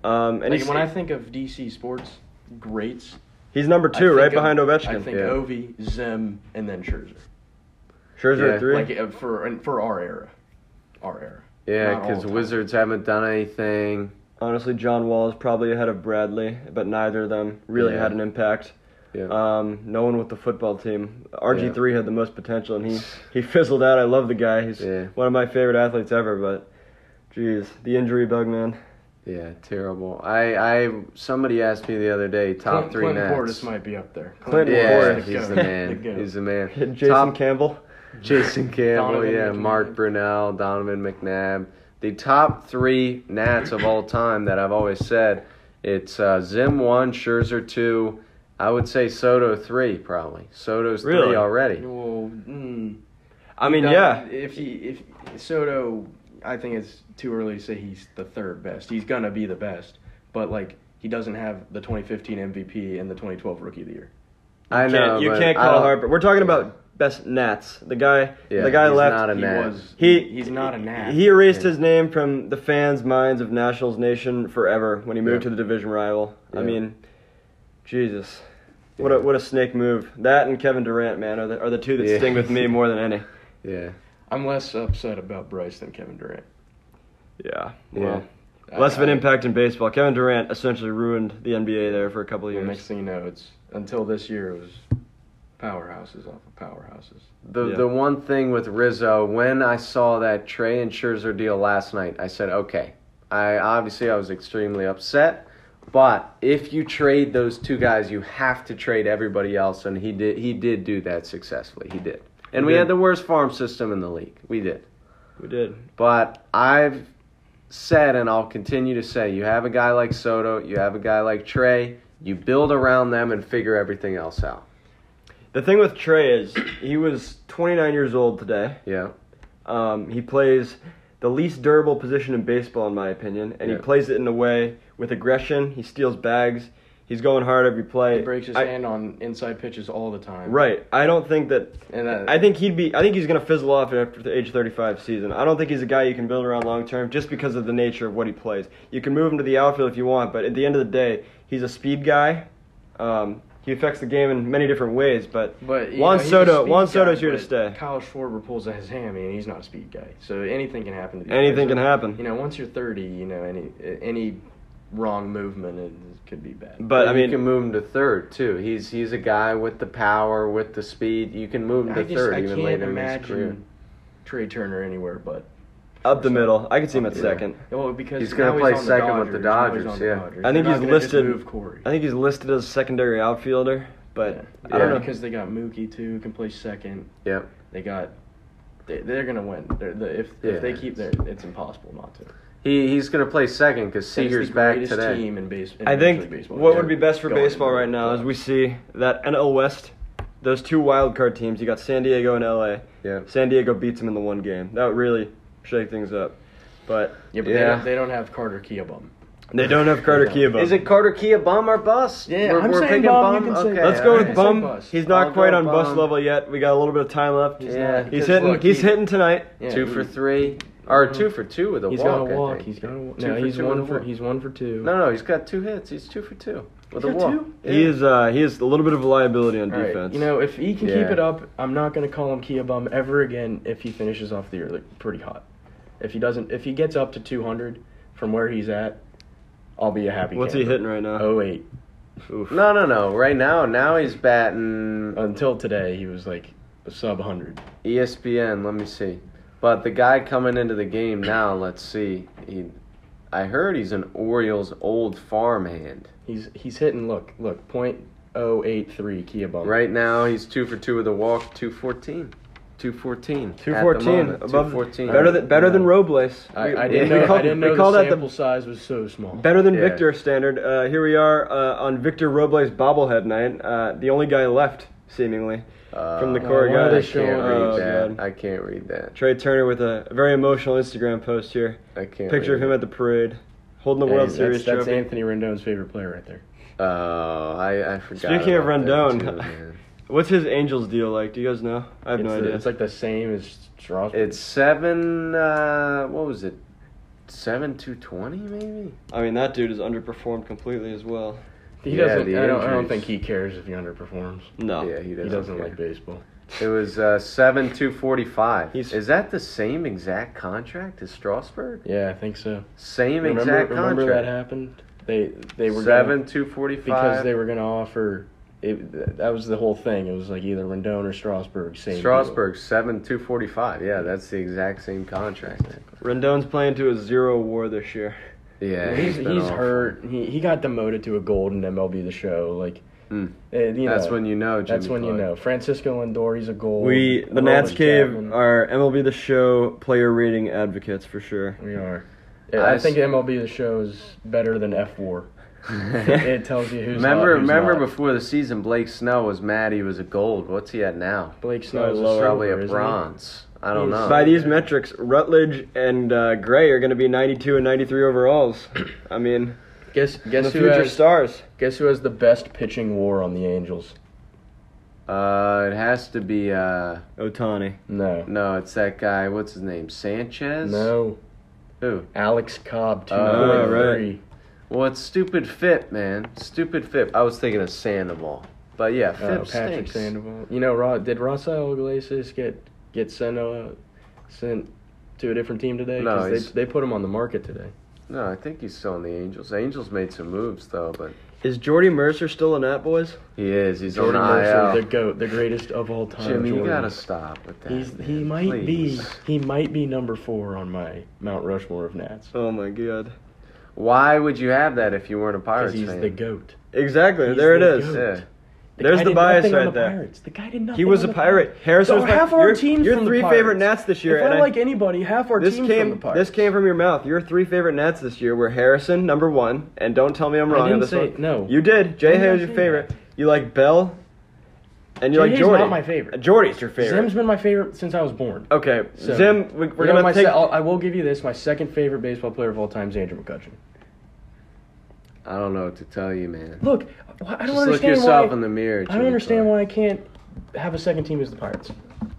Speaker 2: Um, and
Speaker 4: Like,
Speaker 2: he's,
Speaker 4: when I think of DC sports greats,
Speaker 2: he's number
Speaker 4: I
Speaker 2: two, right
Speaker 4: think of-
Speaker 2: behind Ovechkin.
Speaker 4: I think
Speaker 3: Yeah.
Speaker 4: Ovi, Zim, and then Scherzer.
Speaker 2: Scherzer
Speaker 3: Yeah.
Speaker 2: at three.
Speaker 4: Like, uh, for, and for our era. Our era.
Speaker 3: Yeah,
Speaker 4: Not all
Speaker 3: because
Speaker 4: the time.
Speaker 3: Wizards haven't done anything.
Speaker 2: Honestly, John Wall is probably ahead of Bradley, but neither of them really
Speaker 3: Yeah.
Speaker 2: had an impact.
Speaker 3: Yeah.
Speaker 2: Um, no one with the football team. RG3 had the most potential, and he, he fizzled out. I love the guy. He's
Speaker 3: Yeah.
Speaker 2: one of my favorite athletes ever, but geez, the injury bug, man.
Speaker 3: yeah, terrible. I, I somebody asked me the other day top
Speaker 4: Clint-
Speaker 3: three
Speaker 4: Clint
Speaker 3: Nats.
Speaker 4: Portis might be up there.
Speaker 2: Clint
Speaker 3: yeah,
Speaker 2: Portis.
Speaker 3: he's the
Speaker 4: goat.
Speaker 3: man.
Speaker 4: goat.
Speaker 3: He's the man.
Speaker 2: Jason
Speaker 3: top
Speaker 2: Campbell.
Speaker 3: Jason Campbell,
Speaker 4: Donovan
Speaker 3: yeah,
Speaker 4: McNabb.
Speaker 3: Mark Brunell, Donovan McNabb. The top three Nats of all time that I've always said it's uh, Zim one, Scherzer two. I would say Soto three probably. Soto's three
Speaker 2: Really?
Speaker 3: already.
Speaker 4: Well, mm,
Speaker 2: I mean,
Speaker 4: Don-
Speaker 2: yeah.
Speaker 4: If he if Soto, I think it's too early to say he's the third best. He's gonna be the best, but like he doesn't have the 2015 MVP and the 2012 Rookie of the Year.
Speaker 3: I
Speaker 2: You
Speaker 3: know
Speaker 2: can't, you
Speaker 3: but
Speaker 2: can't
Speaker 3: I
Speaker 2: call
Speaker 3: don't-
Speaker 2: Harper. We're talking about best Nats. The guy,
Speaker 3: Yeah,
Speaker 2: the guy
Speaker 3: he's
Speaker 2: left.
Speaker 3: not a
Speaker 4: He
Speaker 3: Nat.
Speaker 4: was
Speaker 2: He
Speaker 4: he's not a Nat.
Speaker 2: He erased his name from the fans' minds of Nationals Nation forever when he moved to
Speaker 3: Yeah.
Speaker 2: the division rival.
Speaker 3: Yeah.
Speaker 2: I mean, Jesus, what a what a snake move! That and Kevin Durant, man, are the are the two that
Speaker 3: Yeah.
Speaker 2: sting with me more than any.
Speaker 3: Yeah,
Speaker 4: I'm less upset about Bryce than Kevin Durant.
Speaker 2: Yeah,
Speaker 3: Yeah.
Speaker 2: well, less of an
Speaker 4: I-
Speaker 2: impact in baseball. Kevin Durant essentially ruined the NBA there for a couple of
Speaker 4: The
Speaker 2: years.
Speaker 4: next thing you know, it's until this year it was powerhouses off of powerhouses.
Speaker 3: The
Speaker 2: Yeah.
Speaker 3: the one thing with Rizzo, when I saw that Trey and Scherzer deal last night, I said, okay. I obviously I was extremely upset, but if you trade those two guys, you have to trade everybody else, and he did he did do that successfully. He did, and
Speaker 2: He
Speaker 3: we
Speaker 2: did.
Speaker 3: had the worst farm system in the league. We did,
Speaker 2: We did.
Speaker 3: but I've said and I'll continue to say, you have a guy like Soto, you have a guy like Trey, you build around them and figure everything else out.
Speaker 2: The thing with Trey is he was 29 years old today.
Speaker 3: Yeah,
Speaker 2: Um, he plays the least durable position in baseball, in my opinion, and
Speaker 3: Yeah.
Speaker 2: he plays it in a way with aggression. He steals bags. He's going hard every play.
Speaker 4: He breaks his
Speaker 2: I-
Speaker 4: hand on inside pitches all the time.
Speaker 2: Right. I don't think that.
Speaker 4: And uh,
Speaker 2: I think he'd be. I think he's going to fizzle off after the age 35 season. I don't think he's a guy you can build around long term, just because of the nature of what he plays. You can move him to the outfield if you want, but at the end of the day, he's a speed guy. Um, he affects the game in many different ways, but,
Speaker 4: But you
Speaker 2: Juan
Speaker 4: know, he's a
Speaker 2: Soto,
Speaker 4: speed
Speaker 2: Juan
Speaker 4: guy,
Speaker 2: Soto's here to
Speaker 4: but
Speaker 2: stay.
Speaker 4: Kyle Schwarber pulls at his hammy, and he's not a speed guy, so anything can happen. to these
Speaker 2: Anything
Speaker 4: guys.
Speaker 2: can happen.
Speaker 4: You know, once you're 30, you know any any wrong movement it could be bad.
Speaker 2: But I
Speaker 3: you
Speaker 2: mean,
Speaker 3: can move him to third too. He's he's a guy with the power, with the speed. You can move him to
Speaker 4: I just
Speaker 3: third
Speaker 4: I
Speaker 3: even
Speaker 4: can't
Speaker 3: later in his career.
Speaker 4: imagine Trey Turner anywhere, but
Speaker 2: up the middle. I could see him at
Speaker 3: Yeah.
Speaker 2: second.
Speaker 4: well, because
Speaker 3: He's gonna
Speaker 4: now
Speaker 3: play
Speaker 4: on the
Speaker 3: second with the
Speaker 4: Now he's
Speaker 3: Dodgers,
Speaker 4: on the
Speaker 3: yeah.
Speaker 4: Dodgers.
Speaker 2: I think
Speaker 4: They're
Speaker 2: he's
Speaker 4: not gonna
Speaker 2: listed-
Speaker 4: Just move Corey.
Speaker 2: I think he's listed as a secondary outfielder, but
Speaker 4: Yeah,
Speaker 2: I don't know.
Speaker 4: because they got Mookie too, can play second.
Speaker 3: Yep.
Speaker 4: They got. They, they're gonna win. They're, the, if
Speaker 3: Yeah.
Speaker 4: if they keep their, it's impossible not to.
Speaker 3: He he's gonna play second because
Speaker 4: That is
Speaker 3: Seager's
Speaker 4: the
Speaker 3: back
Speaker 4: greatest
Speaker 3: today.
Speaker 4: Team in base, in
Speaker 2: I
Speaker 4: Major League
Speaker 2: think
Speaker 4: baseball.
Speaker 2: what
Speaker 4: Yeah.
Speaker 2: would be best for
Speaker 4: Going
Speaker 2: baseball right now is we see that NL West, those two wild card teams. You got San Diego and LA.
Speaker 3: Yeah.
Speaker 2: San Diego beats them in the one game. That would really shake things up. But
Speaker 4: Yeah, but
Speaker 3: Yeah.
Speaker 4: They, don't, they don't have Carter Kiabum.
Speaker 2: they don't have Carter Kiebel.
Speaker 3: Is it Carter Key a bum or bust?
Speaker 4: Yeah, I'm saying bum, you can say bum.
Speaker 2: Let's go
Speaker 4: Yeah,
Speaker 2: with
Speaker 4: it's a
Speaker 2: Bum.
Speaker 4: bust.
Speaker 2: He's not
Speaker 3: I'll
Speaker 2: quite
Speaker 3: go
Speaker 2: on bus
Speaker 3: Bum.
Speaker 2: level yet. We got a little bit of time left.
Speaker 4: He's
Speaker 3: Yeah.
Speaker 4: not-
Speaker 2: He's
Speaker 4: because,
Speaker 2: hitting.
Speaker 4: look,
Speaker 2: he's
Speaker 4: he-
Speaker 2: hitting tonight.
Speaker 4: yeah,
Speaker 3: two
Speaker 4: he-
Speaker 3: for three or
Speaker 4: Mhm.
Speaker 3: two for two with a
Speaker 4: He's
Speaker 3: walk.
Speaker 4: got a
Speaker 3: I
Speaker 4: walk.
Speaker 3: think.
Speaker 4: He's got a walk.
Speaker 3: Two
Speaker 4: No,
Speaker 3: for
Speaker 4: he's
Speaker 3: two
Speaker 4: one
Speaker 3: with a
Speaker 4: for
Speaker 3: walk.
Speaker 4: he's one for two.
Speaker 3: No, no, he's got two hits. He's two for two
Speaker 4: He's
Speaker 3: with a
Speaker 4: got
Speaker 3: walk.
Speaker 4: two?
Speaker 3: Yeah.
Speaker 2: He is. Uh, he is a little bit of a liability on
Speaker 4: All right,
Speaker 2: defense.
Speaker 4: You know, if he can
Speaker 3: Yeah.
Speaker 4: keep it up, I'm not going to call him Kiabum ever again if he finishes off the year like, pretty hot. If he doesn't, if he gets up to 200 from where he's at, I'll be a happy.
Speaker 2: what's he
Speaker 4: camper.
Speaker 2: hitting right now?
Speaker 4: Oh eight.
Speaker 2: Oof.
Speaker 3: No, no, no. Right now, now he's batting
Speaker 4: Until today, he was like a sub 100.
Speaker 3: E ESPN. Let me see. But the guy coming into the game now, let's see. He, I heard he's an Orioles old farmhand.
Speaker 4: He's he's hitting. Look, look, point oh eight three Kiabum.
Speaker 3: Right now, he's two for two with a walk, two fourteen. 214. at the
Speaker 2: 214
Speaker 3: moment,
Speaker 2: above
Speaker 3: 214.
Speaker 2: better than better than Robles.
Speaker 4: I,
Speaker 2: We-
Speaker 4: I didn't
Speaker 2: we
Speaker 4: know.
Speaker 2: call-
Speaker 4: I didn't
Speaker 2: we
Speaker 4: know
Speaker 2: call
Speaker 4: the
Speaker 2: that the
Speaker 4: sample size was so small.
Speaker 2: Better than
Speaker 3: Yeah.
Speaker 2: Victor standard. Uh, here we are uh, on Victor Robles bobblehead night. Uh, the only guy left, seemingly,
Speaker 3: Uh,
Speaker 2: from the
Speaker 3: I
Speaker 4: why
Speaker 2: core
Speaker 4: are
Speaker 2: guy.
Speaker 4: they
Speaker 3: can't
Speaker 4: showing
Speaker 3: read
Speaker 2: Oh,
Speaker 3: that.
Speaker 2: God.
Speaker 3: I can't read that.
Speaker 2: Trey Turner with a very emotional Instagram post here.
Speaker 3: I can't.
Speaker 2: Picture of
Speaker 3: read
Speaker 2: him at the parade, holding the
Speaker 4: Hey,
Speaker 2: World
Speaker 4: that's,
Speaker 2: Series
Speaker 4: that's
Speaker 2: trophy.
Speaker 4: Anthony Rendon's favorite player right there.
Speaker 3: that. Oh, I, I forgot.
Speaker 2: Speaking of
Speaker 3: about that
Speaker 2: Rendon,
Speaker 3: too, man.
Speaker 2: What's his Angels deal like? Do you guys know? I have
Speaker 4: it's,
Speaker 2: no
Speaker 4: the-
Speaker 2: idea.
Speaker 4: it's like the same as Strasburg.
Speaker 3: it's seven. Uh, what was it? Seven two twenty maybe.
Speaker 2: I mean, that dude is underperformed completely as well.
Speaker 4: He
Speaker 3: Yeah,
Speaker 4: doesn't.
Speaker 3: the
Speaker 4: I don't, I
Speaker 3: injuries.
Speaker 4: don't think he cares if he underperforms.
Speaker 2: No.
Speaker 3: Yeah, Oh, he
Speaker 4: he
Speaker 3: doesn't.
Speaker 4: doesn't
Speaker 3: care.
Speaker 4: like baseball.
Speaker 3: It was uh, seven two forty five.
Speaker 2: He's-
Speaker 3: Is that the same exact contract as Strasburg?
Speaker 4: Yeah, I think so.
Speaker 3: Same
Speaker 4: remember,
Speaker 3: exact
Speaker 4: remember that
Speaker 3: contract.
Speaker 4: happened? They they were
Speaker 3: seven
Speaker 4: gonna,
Speaker 3: two forty five.
Speaker 4: because they were going to offer. It, that was the whole thing. It was like either Rendon or Strasburg. Same. deal.
Speaker 3: Strasburg seven two forty five. Yeah, that's the exact same contract.
Speaker 2: Rendon's playing to a zero war this year.
Speaker 3: Yeah,
Speaker 4: He's, he's
Speaker 3: been awful.
Speaker 4: hurt. He he got demoted to a gold in MLB The Show. Like And, you
Speaker 3: Hmm. That's
Speaker 4: know,
Speaker 3: when you know. Jimmy
Speaker 4: that's when you
Speaker 3: Floyd.
Speaker 4: know. Francisco Lindor, he's a goal.
Speaker 2: We the
Speaker 4: Roland
Speaker 2: Nats Cave
Speaker 4: Chapman.
Speaker 2: are MLB the Show player rating advocates for sure.
Speaker 4: We are. I,
Speaker 3: I
Speaker 4: think
Speaker 3: s-
Speaker 4: MLB the show is better than F4. it tells you who's
Speaker 3: Remember,
Speaker 4: hot, who's
Speaker 3: remember
Speaker 4: not.
Speaker 3: before the season, Blake Snow was mad he was a gold. What's he at now?
Speaker 4: Blake Snow's
Speaker 2: Oh, lower,
Speaker 3: Probably
Speaker 4: probably
Speaker 3: a bronze. I don't
Speaker 4: He's-
Speaker 3: know.
Speaker 2: By these metrics, Rutledge and uh, Gray are going to be 92 and 93 overalls. I mean,
Speaker 4: Guess
Speaker 2: the
Speaker 4: guess who
Speaker 2: future
Speaker 4: has
Speaker 2: stars.
Speaker 4: guess who has the best pitching WAR on the Angels?
Speaker 3: Uh, it has to be. Uh,
Speaker 2: Otani.
Speaker 4: No,
Speaker 3: no, it's that guy. What's his name? Sanchez.
Speaker 4: no.
Speaker 3: Who?
Speaker 4: Alex Cobb, two
Speaker 3: Oh,
Speaker 4: point
Speaker 2: right.
Speaker 4: three.
Speaker 3: Well, it's stupid Fit, man. Stupid Fit. I was thinking of Sandoval, but yeah, Fit
Speaker 4: Uh, Patrick
Speaker 3: stinks.
Speaker 4: Sandoval. You know, Ra- did Rossell Iglesias get get sent uh, sent to a different team today?
Speaker 3: No,
Speaker 4: 'Cause
Speaker 3: he's-
Speaker 4: they they put him on the market today.
Speaker 3: No, I think he's still in the Angels. Angels made some moves though, but
Speaker 2: Is Jordy Mercer still a Nat boys?
Speaker 3: he is. He's
Speaker 4: Jordan
Speaker 3: on IL.
Speaker 4: Mercer, the goat, the greatest of all time.
Speaker 3: Jimmy, you
Speaker 4: Jordan.
Speaker 3: gotta stop with that.
Speaker 4: He's, he
Speaker 3: man,
Speaker 4: might
Speaker 3: please.
Speaker 4: be he might be number four on my Mount Rushmore of Nats
Speaker 2: Oh my god.
Speaker 3: Why would you have that if you weren't a
Speaker 4: because
Speaker 3: Pirates
Speaker 4: he's
Speaker 3: fan?
Speaker 4: the goat.
Speaker 2: Exactly.
Speaker 4: He's
Speaker 2: there it
Speaker 4: the
Speaker 2: is.
Speaker 4: goat.
Speaker 3: yeah.
Speaker 2: There's
Speaker 4: guy
Speaker 2: the
Speaker 4: did
Speaker 2: bias
Speaker 4: nothing on
Speaker 2: right
Speaker 4: the
Speaker 2: there.
Speaker 4: Pirates. The guy did nothing.
Speaker 2: He was a
Speaker 4: on the
Speaker 2: pirate.
Speaker 4: Pirates. So
Speaker 2: Harrison was my-
Speaker 4: half our
Speaker 2: your,
Speaker 4: teams
Speaker 2: your
Speaker 4: from the
Speaker 2: three
Speaker 4: Pirates.
Speaker 2: favorite Nats this year.
Speaker 4: If
Speaker 2: and
Speaker 4: I
Speaker 2: I-
Speaker 4: like anybody, half our
Speaker 2: this
Speaker 4: team from the
Speaker 2: came
Speaker 4: Pirates.
Speaker 2: this came from your mouth. Your three favorite Nats this year were Harrison, number one, and don't tell me I'm
Speaker 4: I
Speaker 2: wrong on
Speaker 4: didn't
Speaker 2: this
Speaker 4: say-
Speaker 2: one.
Speaker 4: no.
Speaker 2: you did.
Speaker 4: I
Speaker 2: Jay
Speaker 4: did not
Speaker 2: Hayes your
Speaker 4: say
Speaker 2: favorite. You like Bell, and you
Speaker 4: Jay
Speaker 2: like
Speaker 4: Hayes
Speaker 2: Jordy.
Speaker 4: not my favorite.
Speaker 2: Jordy's your favorite.
Speaker 4: Zim's been my favorite since I was born.
Speaker 2: okay,
Speaker 4: So-
Speaker 2: Zim.
Speaker 4: You
Speaker 2: We, we're
Speaker 4: know,
Speaker 2: gonna
Speaker 4: my
Speaker 2: take.
Speaker 4: se- I'll- I will give you this. My second favorite baseball player of all time is Andrew McCutcheon.
Speaker 3: I don't know what to tell you, man.
Speaker 4: Look, wh- I don't
Speaker 3: Just look
Speaker 4: understand
Speaker 3: yourself
Speaker 4: why.
Speaker 3: in the mirror.
Speaker 4: I don't understand why I can't have a second team as the Pirates.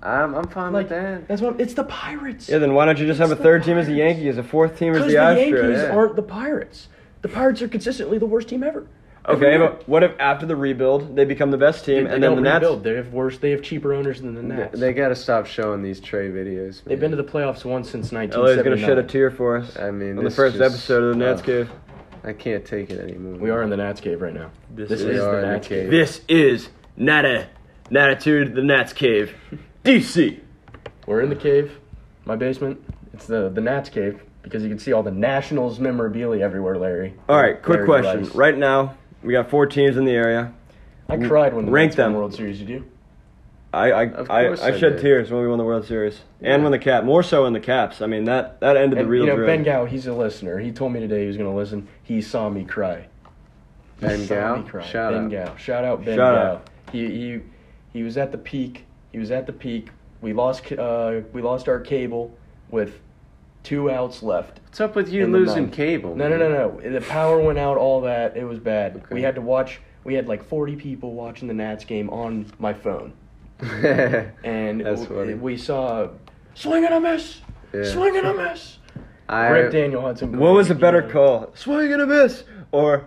Speaker 3: I'm I'm fine
Speaker 4: Like
Speaker 3: with that.
Speaker 4: that's what it's the Pirates.
Speaker 2: yeah, then why don't you just have a
Speaker 4: It's the
Speaker 2: third team as the
Speaker 4: Pirates.
Speaker 2: Yankees, a fourth team as
Speaker 4: Because
Speaker 2: the,
Speaker 4: the Yankees
Speaker 2: Astros?
Speaker 3: Yeah.
Speaker 4: aren't the Pirates. The Pirates are consistently the worst team ever.
Speaker 2: Okay,
Speaker 4: Every year.
Speaker 2: but what if after the rebuild they become the best team,
Speaker 4: they
Speaker 2: and then
Speaker 4: don't
Speaker 2: the Nats?
Speaker 4: rebuild. They have worse. They have cheaper owners than the Nats.
Speaker 3: They gotta stop showing these Trey videos.
Speaker 4: They've been
Speaker 3: man.
Speaker 4: to the playoffs once since
Speaker 2: LA's gonna
Speaker 4: 1979.
Speaker 2: shed a tear for us.
Speaker 3: oh. I mean,
Speaker 2: on the
Speaker 3: this
Speaker 2: first
Speaker 3: just- oh.
Speaker 2: episode of the Nats
Speaker 3: Ugh.
Speaker 2: Cave.
Speaker 3: I can't take it anymore.
Speaker 4: We are in the Nats cave right now. This,
Speaker 2: is-
Speaker 4: is,
Speaker 2: we
Speaker 3: are
Speaker 4: the
Speaker 3: in the
Speaker 4: Nats
Speaker 3: cave.
Speaker 4: cave.
Speaker 2: This is Nata, Natitude, the Nats Cave, DC.
Speaker 4: We're in the cave, my basement. It's the the Nats cave because you can see all the Nationals memorabilia everywhere, Larry.
Speaker 2: All right, quick
Speaker 4: Larry
Speaker 2: question.
Speaker 4: Rice.
Speaker 2: Right now, we got four teams in the area.
Speaker 4: I cried when the
Speaker 2: rank
Speaker 4: Nats won
Speaker 2: them.
Speaker 4: the World Series. Did you?
Speaker 2: I I,
Speaker 3: Of
Speaker 2: I,
Speaker 3: course
Speaker 2: I
Speaker 3: I
Speaker 2: shed
Speaker 3: did.
Speaker 2: tears when we won the World Series and when the cap more so in the Caps. I mean that that ended
Speaker 4: And,
Speaker 2: the real
Speaker 4: you know,
Speaker 2: dream.
Speaker 4: Ben Gow, he's a listener. He told me today he was going to listen. He saw me cry. He
Speaker 3: Ben
Speaker 4: saw
Speaker 3: Gow?
Speaker 4: me cry.
Speaker 3: Shout
Speaker 4: ben
Speaker 3: out.
Speaker 4: Gow. Shout out Ben
Speaker 2: Shout
Speaker 4: Gow.
Speaker 2: out.
Speaker 4: He he he was at the peak. He was at the peak. We lost uh, we lost our cable with two outs left.
Speaker 3: What's up with you
Speaker 4: in the
Speaker 3: losing
Speaker 4: ninth.
Speaker 3: cable?
Speaker 4: No no
Speaker 3: man?
Speaker 4: no no. The power went out. All that it was bad.
Speaker 3: Okay.
Speaker 4: We had to watch. We had like 40 people watching the Nats game on my phone, and
Speaker 3: That's
Speaker 4: w-
Speaker 3: funny.
Speaker 4: we saw swing and a miss,
Speaker 3: Yeah.
Speaker 4: swing and a miss.
Speaker 3: I,
Speaker 4: Rip Daniel Hudson.
Speaker 2: what was a better call? Swing and a miss, or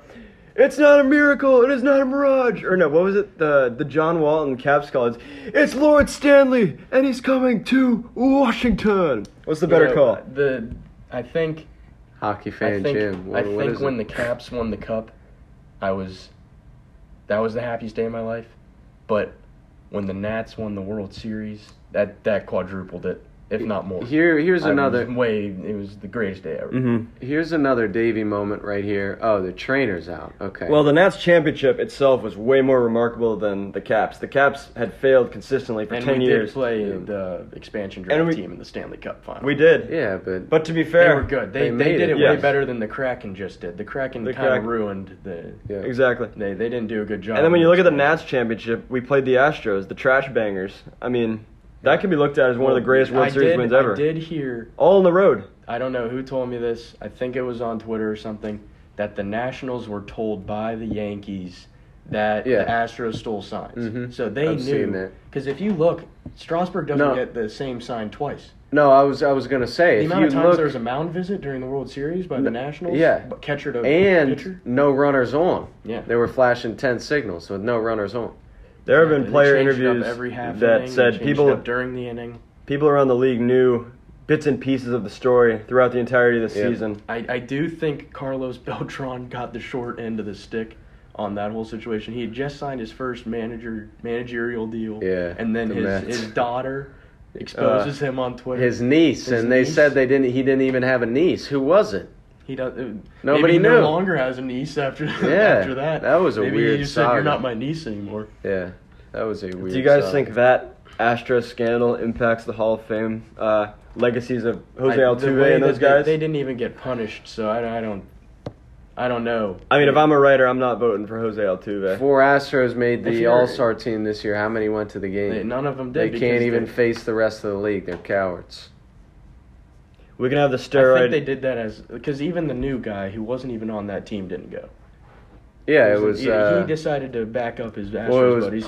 Speaker 2: it's not a miracle. It is not a mirage. Or no, what was it? The the John Walton Caps call. It's, it's Lord Stanley, and he's coming to Washington. What's the
Speaker 4: You
Speaker 2: better
Speaker 4: know,
Speaker 2: call?
Speaker 4: The I think
Speaker 3: hockey fan
Speaker 4: I think
Speaker 3: Jim.
Speaker 4: I
Speaker 3: What, what
Speaker 4: think
Speaker 3: is
Speaker 4: when
Speaker 3: it?
Speaker 4: the Caps won the cup, I was that was the happiest day of my life. But when the Nats won the World Series, that that quadrupled it, if not more.
Speaker 3: here here's
Speaker 4: I was
Speaker 3: another
Speaker 4: way. It was the greatest day ever.
Speaker 2: Mm-hmm.
Speaker 3: here's another Davy moment right here. Oh, the trainer's out. Okay.
Speaker 2: Well, the Nats championship itself was way more remarkable than the Caps. The Caps had failed consistently for
Speaker 4: And
Speaker 2: ten
Speaker 4: we
Speaker 2: years.
Speaker 4: did play the expansion draft
Speaker 2: And we-
Speaker 4: team in the Stanley Cup final.
Speaker 2: We did.
Speaker 3: yeah, but
Speaker 2: But to be
Speaker 4: They
Speaker 2: fair,
Speaker 4: were good. They,
Speaker 3: They
Speaker 4: they,
Speaker 3: made
Speaker 4: did
Speaker 3: it.
Speaker 4: it
Speaker 2: Yes.
Speaker 4: way better than the Kraken just did. The Kraken
Speaker 2: The
Speaker 4: kind of
Speaker 2: Kraken-
Speaker 4: ruined the.
Speaker 3: yeah.
Speaker 2: Exactly.
Speaker 4: They they didn't do a good job.
Speaker 2: And then when you look at the Nats championship, we played the Astros, the trash bangers. I mean, that can be looked at as one of the greatest World
Speaker 4: I
Speaker 2: Series
Speaker 4: did-
Speaker 2: wins ever.
Speaker 4: I did hear
Speaker 2: All on the road.
Speaker 4: I don't know who told me this. I think it was on Twitter or something that the Nationals were told by the Yankees that
Speaker 3: Yeah.
Speaker 4: the Astros stole signs.
Speaker 3: Mhm.
Speaker 4: So they
Speaker 3: I've seen
Speaker 4: knew.
Speaker 3: that.
Speaker 4: Because if you look, Strasburg doesn't
Speaker 3: No.
Speaker 4: get the same sign twice.
Speaker 3: No, I was I was gonna say
Speaker 4: The
Speaker 3: if
Speaker 4: amount
Speaker 3: you
Speaker 4: of times
Speaker 3: look
Speaker 4: there was a mound visit during the World Series by the Nationals,
Speaker 3: yeah.
Speaker 4: but catcher to
Speaker 3: and
Speaker 4: pitcher,
Speaker 3: no runners on.
Speaker 4: Yeah.
Speaker 3: They were flashing ten signals with no runners on.
Speaker 2: There have
Speaker 4: Yeah,
Speaker 2: been
Speaker 4: they
Speaker 2: player
Speaker 4: changed it up
Speaker 2: interviews
Speaker 4: every half
Speaker 2: that
Speaker 4: inning, they
Speaker 2: said
Speaker 4: changed it
Speaker 2: people-
Speaker 4: up during the inning.
Speaker 2: People around the league knew bits and pieces of the story throughout the entirety of the
Speaker 3: Yeah.
Speaker 2: season.
Speaker 4: I, I do think Carlos Beltran got the short end of the stick on that whole situation. He had just signed his first manager managerial deal.
Speaker 3: Yeah,
Speaker 4: And then
Speaker 3: the
Speaker 4: his,
Speaker 3: Mets. Uh,
Speaker 4: his daughter exposes him on Twitter.
Speaker 3: His niece,
Speaker 4: His
Speaker 3: and they
Speaker 4: niece?
Speaker 3: said they didn't. He didn't even have a niece. Who was it?
Speaker 4: He does. uh,
Speaker 3: Nobody
Speaker 4: maybe he no
Speaker 3: knew.
Speaker 4: longer has a niece after
Speaker 3: Yeah,
Speaker 4: after that.
Speaker 3: that was a
Speaker 4: maybe
Speaker 3: weird
Speaker 4: he just said you're
Speaker 3: saga.
Speaker 4: not my niece anymore.
Speaker 3: Yeah, that was a weird.
Speaker 2: Do you guys
Speaker 3: song.
Speaker 2: think that Astros scandal impacts the Hall of Fame uh, legacies of Jose
Speaker 4: I- the way
Speaker 2: Altuve and
Speaker 4: that
Speaker 2: those
Speaker 4: they-
Speaker 2: guys?
Speaker 4: They, didn't even get punished, so I, I don't. I don't know.
Speaker 2: I mean, if I'm a writer, I'm not voting for Jose Altuve.
Speaker 3: four Astros made
Speaker 4: If
Speaker 3: the
Speaker 4: you're-
Speaker 3: All Star team this year? How many went to the game?
Speaker 4: They- none of them
Speaker 3: They
Speaker 4: did.
Speaker 3: can't
Speaker 4: because
Speaker 3: even
Speaker 4: They,
Speaker 3: face the rest of the league. They're cowards.
Speaker 2: We can have the
Speaker 4: I
Speaker 2: steroid.
Speaker 4: think they did that as because even the new guy who wasn't even on that team didn't go.
Speaker 3: Yeah, it
Speaker 4: He-
Speaker 3: was.
Speaker 4: He,
Speaker 3: uh,
Speaker 4: decided to back up his Astros
Speaker 3: well, it was
Speaker 4: buddies. He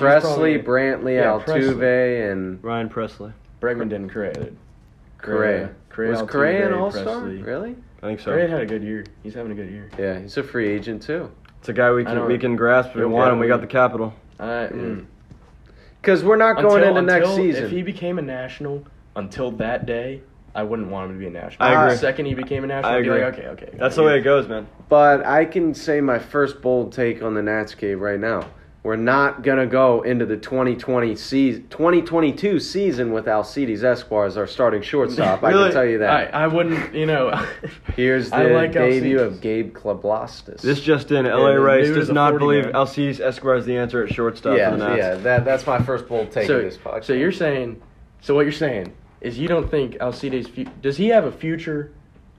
Speaker 4: probably-
Speaker 3: Presley, Brantley,
Speaker 4: Yeah,
Speaker 3: Altuve,
Speaker 4: Presley.
Speaker 3: and
Speaker 2: Ryan Presley.
Speaker 4: Bregman didn't create it.
Speaker 3: Correa.
Speaker 4: Correa,
Speaker 3: was Correa an
Speaker 4: Altuve,
Speaker 3: All Star?
Speaker 4: Presley.
Speaker 3: Really?
Speaker 2: I think so.
Speaker 4: Correa had a good year. He's having a good year.
Speaker 3: Yeah, he's a free agent too.
Speaker 2: It's a guy we
Speaker 4: I
Speaker 2: can
Speaker 4: don't-
Speaker 2: we can grasp if we
Speaker 4: Yeah,
Speaker 2: want him. We got
Speaker 4: we-
Speaker 2: the capital.
Speaker 4: I- mm.
Speaker 3: Because we're not going
Speaker 4: Until-
Speaker 3: into next
Speaker 4: until-
Speaker 3: season.
Speaker 4: If he became a national until that day, I wouldn't want him to be a national.
Speaker 2: I
Speaker 4: The
Speaker 2: agree.
Speaker 4: second he became a national,
Speaker 2: I
Speaker 4: I'd be
Speaker 2: agree.
Speaker 4: like, okay, okay.
Speaker 2: That's the way it goes, man.
Speaker 3: But I can say my first bold take on the Nats cave right now. We're not going to go into the 2020 season, 2022 season with Alcides Escobar as our starting shortstop. I
Speaker 2: Really?
Speaker 3: can tell you that.
Speaker 4: I, I wouldn't, you know.
Speaker 3: Here's the
Speaker 4: I like
Speaker 3: debut
Speaker 4: Alcides.
Speaker 3: of Gabe Kloblastis.
Speaker 2: This just in: L.A.
Speaker 4: the
Speaker 2: Rice
Speaker 4: dude
Speaker 2: does
Speaker 4: is a
Speaker 2: not
Speaker 4: 40
Speaker 2: believe
Speaker 4: man.
Speaker 2: Alcides Escobar is the answer at shortstop for
Speaker 3: yeah,
Speaker 2: the Nats.
Speaker 3: yeah, that, that's my first bold take of
Speaker 4: so,
Speaker 3: this podcast.
Speaker 4: so you're saying, so what you're saying is you don't think Alcides fu- does he have a future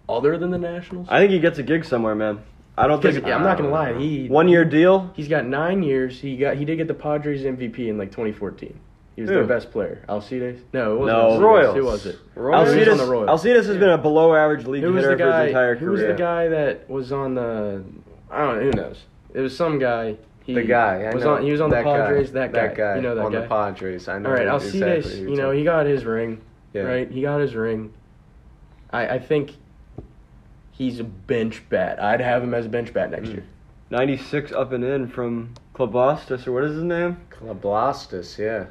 Speaker 4: other than the Nationals?
Speaker 2: I think he gets a gig somewhere, man. I don't
Speaker 4: 'Cause,
Speaker 2: think
Speaker 4: yeah, I'm not gonna lie, he
Speaker 2: one year deal.
Speaker 4: He's got nine years. He got he did get the Padres MVP in like 2014. He was
Speaker 2: Who?
Speaker 4: their best player. Alcides? No, it wasn't.
Speaker 2: No.
Speaker 4: Alcides.
Speaker 2: Royals.
Speaker 4: Who was it?
Speaker 3: Royals.
Speaker 4: Alcides-
Speaker 2: Alcides,
Speaker 4: He was on the Royals.
Speaker 2: Alcides has been a below average league
Speaker 4: Who was
Speaker 2: hitter
Speaker 4: the
Speaker 2: for his
Speaker 4: guy?
Speaker 2: entire
Speaker 4: Who was the
Speaker 2: career.
Speaker 4: guy that was on the? I don't know. Who knows? It was some guy. He
Speaker 3: the guy. I
Speaker 4: was
Speaker 3: know.
Speaker 4: on. He was on
Speaker 3: That
Speaker 4: the
Speaker 3: guy.
Speaker 4: Padres. That guy.
Speaker 3: That guy.
Speaker 4: You know that
Speaker 3: on
Speaker 4: guy.
Speaker 3: the Padres. I know.
Speaker 4: All right, Alcides.
Speaker 3: exactly who you're
Speaker 4: you know
Speaker 3: talking-
Speaker 4: he got his ring.
Speaker 3: Yeah.
Speaker 4: Right. He got his ring. I I think. He's a bench bat. I'd have him as a bench bat
Speaker 3: Hmm.
Speaker 4: next year.
Speaker 2: 96 up and in from Klobostas, or what is his name?
Speaker 3: Kloblastis, yeah.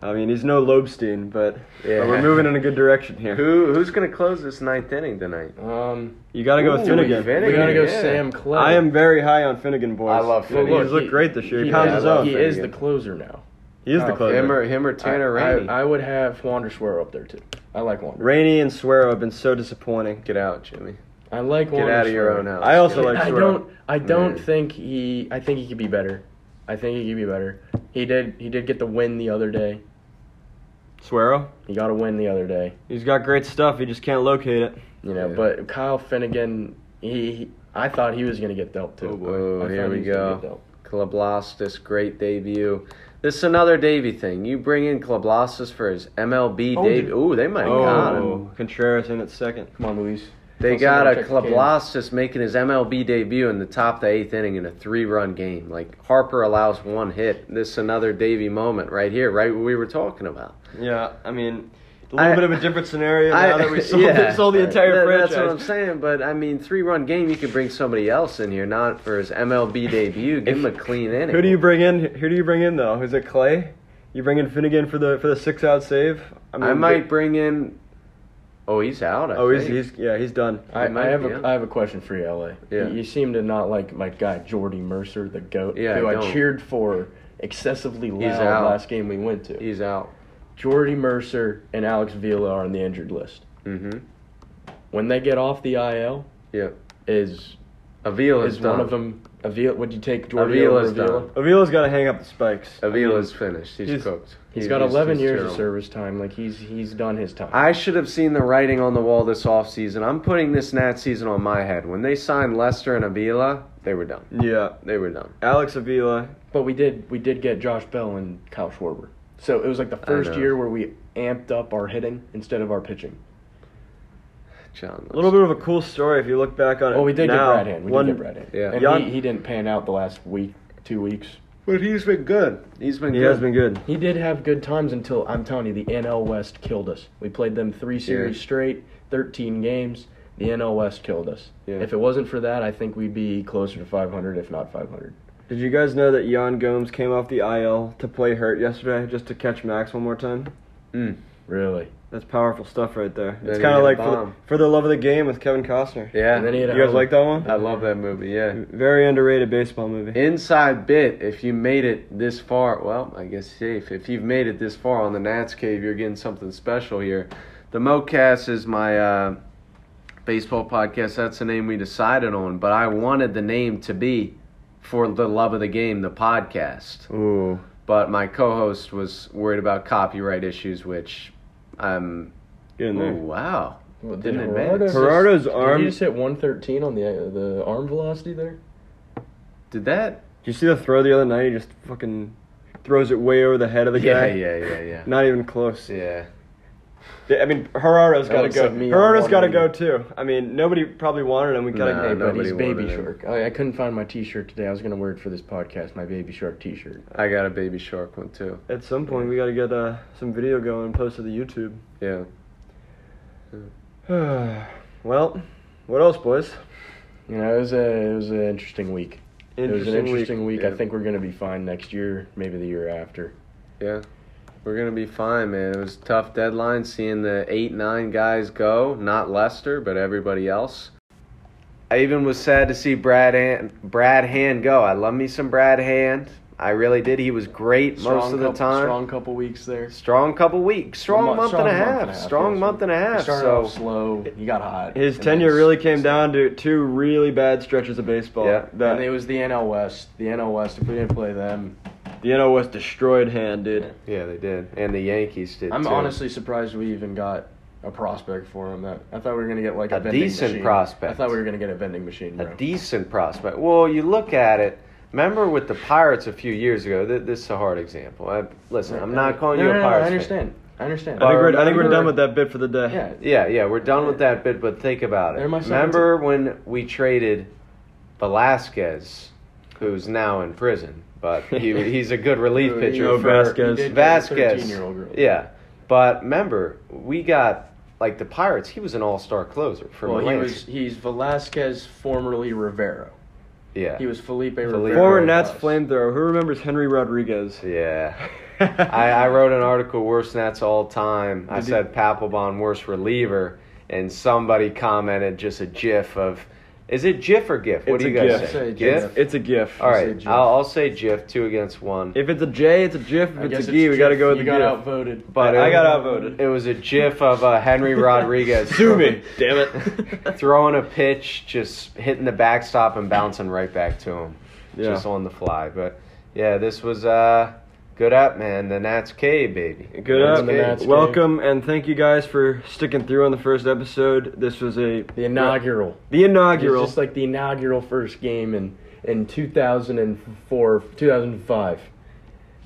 Speaker 2: I mean, he's no Lobstein, but,
Speaker 3: Yeah.
Speaker 2: but we're moving in a good direction here.
Speaker 3: Who who's gonna close this ninth inning tonight?
Speaker 4: Um,
Speaker 2: You gotta go with
Speaker 3: Ooh,
Speaker 2: Finnegan.
Speaker 4: we gotta go
Speaker 3: Yeah.
Speaker 4: Sam Clay.
Speaker 2: I am very high on Finnegan, boys.
Speaker 3: I love
Speaker 2: Well,
Speaker 3: Finnegan.
Speaker 2: look, He's looked great this year. He, pounds
Speaker 3: yeah,
Speaker 2: his
Speaker 3: I love
Speaker 2: own.
Speaker 4: He
Speaker 2: He,
Speaker 3: Finnegan.
Speaker 4: is the closer now.
Speaker 2: is the
Speaker 4: Oh,
Speaker 2: closer.
Speaker 3: Him or him or Tanner
Speaker 4: I,
Speaker 3: Rainey.
Speaker 4: I, I would have Wander Swear up there too. I like Wander.
Speaker 2: Rainey and Suero have been so disappointing.
Speaker 3: Get out, Jimmy.
Speaker 4: I like
Speaker 3: Get
Speaker 4: Wander.
Speaker 3: out of your
Speaker 4: Suero. Mm.
Speaker 3: own house.
Speaker 2: I also
Speaker 3: Jimmy.
Speaker 2: like
Speaker 4: I
Speaker 2: Suero.
Speaker 4: don't. I don't
Speaker 3: Yeah.
Speaker 4: think he. I think he could be better. I think he could be better. He did. He did get the win the other day.
Speaker 2: Suero?
Speaker 4: He got a win the other day.
Speaker 2: He's got great stuff. He just can't locate it.
Speaker 4: You know.
Speaker 3: Yeah.
Speaker 4: But Kyle Finnegan. He, he- I thought he was gonna get dealt too.
Speaker 3: Oh, boy.
Speaker 4: I
Speaker 3: Oh,
Speaker 4: thought
Speaker 3: here
Speaker 4: he
Speaker 3: we
Speaker 4: was gonna
Speaker 3: go.
Speaker 4: get dealt.
Speaker 3: Kloblastis, great debut. This is another Davy thing. You bring in Kloblastis for his MLB
Speaker 4: Oh,
Speaker 3: debut.
Speaker 4: did-
Speaker 3: Ooh, they might have got him.
Speaker 2: Oh, Contreras in at second.
Speaker 4: Come on, Luis.
Speaker 3: They
Speaker 4: Don't
Speaker 3: got a
Speaker 4: someone check the camera.
Speaker 3: Kloblastis making his MLB debut in the top of the eighth inning in a three-run game. Like Harper allows one hit. This is another Davy moment right here, right? What we were talking about.
Speaker 2: Yeah, I mean, a little
Speaker 3: I-
Speaker 2: bit of a different scenario now that we sold,
Speaker 3: yeah.
Speaker 2: sold the entire
Speaker 3: That-
Speaker 2: franchise.
Speaker 3: That's what I'm saying. But I mean, three run game, you could bring somebody else in here, not for his MLB debut. Give him a clean inning.
Speaker 2: Who do you bring in? Who do you bring in though? Is it Clay? You bring in Finnegan for the for the six out save.
Speaker 3: I might bring in. Oh, he's out. I
Speaker 2: Oh, he's,
Speaker 3: think.
Speaker 2: he's yeah, he's done.
Speaker 4: I,
Speaker 3: It might
Speaker 4: I have
Speaker 3: be,
Speaker 4: a,
Speaker 3: yeah.
Speaker 4: I have a question for you, LA.
Speaker 3: Yeah.
Speaker 4: You, you seem to not like my guy Jordy Mercer, the goat,
Speaker 3: Yeah,
Speaker 4: who
Speaker 3: I
Speaker 4: I,
Speaker 3: don't.
Speaker 4: cheered for excessively loud
Speaker 3: out.
Speaker 4: last game we went to.
Speaker 3: he's out.
Speaker 4: Jordy Mercer and Alex Vila are on the injured list.
Speaker 3: Mm-hmm.
Speaker 4: When they get off the IL,
Speaker 3: Yeah.
Speaker 4: is
Speaker 3: Avila
Speaker 4: is one of them Avila? Would you take Jordy
Speaker 3: Avila's
Speaker 4: over Avila?
Speaker 3: done.
Speaker 2: Avila's got to hang up the spikes.
Speaker 3: Avila's finished. He's,
Speaker 2: he's-
Speaker 3: cooked.
Speaker 4: he's got 11 years
Speaker 3: terrible.
Speaker 4: of service time. Like he's he's done his time.
Speaker 3: I should have seen the writing on the wall this offseason. I'm putting this Nat season on my head. When they signed Lester and Avila, they were done.
Speaker 2: Yeah,
Speaker 3: They were done.
Speaker 2: Alex Avila.
Speaker 4: but we did we did get Josh Bell and Kyle Schwarber. So it was like the first
Speaker 3: know.
Speaker 4: year where we amped up our hitting instead of our pitching.
Speaker 3: John.
Speaker 2: A little bit of a cool story if you look back on it.
Speaker 4: Well, we did
Speaker 2: now.
Speaker 4: get Brad Hand. We
Speaker 2: One-
Speaker 4: did get Brad Hand.
Speaker 3: Yeah.
Speaker 4: And
Speaker 2: Jan-
Speaker 4: he, he didn't pan out the last week, two weeks.
Speaker 3: But he's been good. He's been
Speaker 2: He
Speaker 3: good.
Speaker 2: has been good.
Speaker 4: He did have good times until, I'm telling you, the NL West killed us. We played them three series straight, 13 games. The NL West killed us.
Speaker 3: Yeah.
Speaker 4: If it wasn't for that, I think we'd be closer to 500, if not 500.
Speaker 2: Did you guys know that Jan Gomes came off the IL to play hurt yesterday just to catch Max one more time?
Speaker 4: Really.
Speaker 2: That's powerful stuff right there.
Speaker 3: Then
Speaker 2: It's
Speaker 3: he
Speaker 2: kind
Speaker 3: hit
Speaker 2: of
Speaker 3: a
Speaker 2: like for the,
Speaker 3: bomb.
Speaker 2: for the love of the game with Kevin Costner.
Speaker 3: Yeah.
Speaker 4: And then he had a
Speaker 2: You guys
Speaker 4: home-
Speaker 2: like that one?
Speaker 3: I love that movie. Yeah.
Speaker 2: Very underrated baseball movie.
Speaker 3: Inside bit. If you made it this far, well, I guess safe. If you've made it this far on the Nats Cave, you're getting something special here. The MoCast is my uh, Baseball Podcast. That's the name we decided on, but I wanted the name to be for the love of the game, the podcast.
Speaker 2: Ooh.
Speaker 3: But my co-host was worried about copyright issues, which I'm.
Speaker 2: Get in
Speaker 3: Um,
Speaker 2: there.
Speaker 3: ooh, wow.
Speaker 4: Well,
Speaker 3: Didn't
Speaker 4: did
Speaker 3: advance.
Speaker 4: Gerardo just-
Speaker 2: Gerardo's
Speaker 4: did
Speaker 2: arm-
Speaker 4: He just hit 113 on the uh, the arm velocity there.
Speaker 3: Did that?
Speaker 2: Did you see the throw the other night? He just fucking throws it way over the head of the
Speaker 3: yeah,
Speaker 2: guy.
Speaker 3: yeah, yeah, yeah,
Speaker 2: Not even close.
Speaker 3: yeah.
Speaker 2: Yeah, I mean, Herrera's
Speaker 4: That
Speaker 2: got to
Speaker 4: looks
Speaker 2: go.
Speaker 4: like me on
Speaker 2: Herrera's got to go
Speaker 4: 180.
Speaker 2: too. I mean, nobody probably wanted him. We got
Speaker 3: Nah,
Speaker 2: to.
Speaker 4: Hey,
Speaker 3: no.
Speaker 4: but
Speaker 3: nobody
Speaker 4: he's
Speaker 3: wanted
Speaker 4: baby
Speaker 3: it.
Speaker 4: shark. Oh, I, I couldn't find my T-shirt today. I was gonna wear it for this podcast. My baby shark T-shirt.
Speaker 3: I got a baby shark one too.
Speaker 2: At some point, we got to get uh, some video going and post to the YouTube.
Speaker 3: Yeah.
Speaker 2: well, what else, boys?
Speaker 4: You know, it was a it was an interesting week. It was an interesting week.
Speaker 3: yeah.
Speaker 4: I think we're gonna be fine next year, maybe the year after.
Speaker 3: Yeah. We're gonna be fine, man. It was a tough deadline seeing the eight, nine guys go. Not Lester, but everybody else. I even was sad to see Brad and Brad Hand go. I love me some Brad Hand. I really did. He was great most of the
Speaker 4: couple,
Speaker 3: time. Strong,
Speaker 4: strong couple weeks there.
Speaker 3: couple weeks. Strong,
Speaker 4: Mo-
Speaker 3: month, and a half. Strong
Speaker 4: yes.
Speaker 3: month and a half.
Speaker 4: Started
Speaker 3: So
Speaker 4: off slow. He got hot.
Speaker 2: His
Speaker 4: and then
Speaker 2: tenure
Speaker 4: s-
Speaker 2: really came down to two really bad stretches of baseball.
Speaker 3: Yeah.
Speaker 2: That
Speaker 4: And it was the NL West. The NL West. If we didn't play them,
Speaker 2: the NL West destroyed hand, dude.
Speaker 3: yeah, they did, and the Yankees did.
Speaker 4: I'm
Speaker 3: too.
Speaker 4: honestly surprised we even got a prospect for him. That I thought we were gonna get like a,
Speaker 3: A
Speaker 4: vending
Speaker 3: decent
Speaker 4: machine.
Speaker 3: prospect.
Speaker 4: I thought we were gonna get a vending machine. Bro.
Speaker 3: a decent prospect. Well, you look at it. Remember with the Pirates a few years ago. Th- this is a hard example. I, listen, I'm not calling
Speaker 4: No,
Speaker 3: you
Speaker 4: no,
Speaker 3: a
Speaker 4: no,
Speaker 3: Pirates.
Speaker 4: I
Speaker 3: fan.
Speaker 4: understand. I understand.
Speaker 2: I think we're, I think
Speaker 4: Remember-
Speaker 2: we're done with that bit for the day.
Speaker 4: Yeah.
Speaker 3: Yeah, yeah, we're done with that bit. But think about it.
Speaker 4: They're my second
Speaker 3: Remember when we traded Velasquez, who's now in prison, but he, he's a good relief
Speaker 4: Who-
Speaker 3: pitcher.
Speaker 2: No,
Speaker 3: for-
Speaker 4: did
Speaker 2: Vasquez.
Speaker 4: get a
Speaker 3: Vasquez.
Speaker 4: 13-year-old girl.
Speaker 3: Yeah, but remember we got like the Pirates. He was an all-star closer for
Speaker 4: Well, he
Speaker 3: Atlanta.
Speaker 4: was. He's Velasquez, formerly Rivero.
Speaker 3: yeah,
Speaker 4: He was Felipe,
Speaker 3: Felipe.
Speaker 4: Rivero.
Speaker 2: Former
Speaker 3: Very
Speaker 2: Nats
Speaker 4: Plus.
Speaker 2: flamethrower. Who remembers Henry Rodriguez?
Speaker 3: yeah. I, I wrote an article worse Nats all time. I
Speaker 2: Did you-
Speaker 3: said Papelbon worst reliever, and somebody commented just a GIF of, is it GIF or GIF? What
Speaker 2: It's
Speaker 3: do you
Speaker 2: a
Speaker 3: guys
Speaker 2: GIF.
Speaker 3: say?
Speaker 4: Say GIF.
Speaker 2: it's a GIF.
Speaker 3: All
Speaker 4: say
Speaker 3: right,
Speaker 4: GIF.
Speaker 3: I'll, I'll say GIF. Two against one.
Speaker 2: If it's a J, it's a GIF.
Speaker 4: I
Speaker 2: If
Speaker 4: guess
Speaker 2: it's a G, we got to
Speaker 4: Jeff.
Speaker 2: go with
Speaker 4: You
Speaker 2: the
Speaker 4: got
Speaker 2: GIF.
Speaker 4: outvoted.
Speaker 3: but
Speaker 2: I
Speaker 3: it-
Speaker 2: got outvoted.
Speaker 3: It was a GIF of uh, Henry Rodriguez
Speaker 2: Sue me, damn it.
Speaker 3: throwing a pitch, just hitting the backstop and bouncing right back to him,
Speaker 2: Yeah.
Speaker 3: just on the fly. But yeah, this was uh, good up, man. The Nats K baby.
Speaker 2: Good
Speaker 4: That's
Speaker 2: up.
Speaker 4: the Nats game.
Speaker 2: Welcome and thank you guys for sticking through on the first episode. This was a
Speaker 4: The inaugural.
Speaker 2: the
Speaker 4: It's
Speaker 2: inaugural.
Speaker 4: just like the inaugural first game in in 2004, 2005.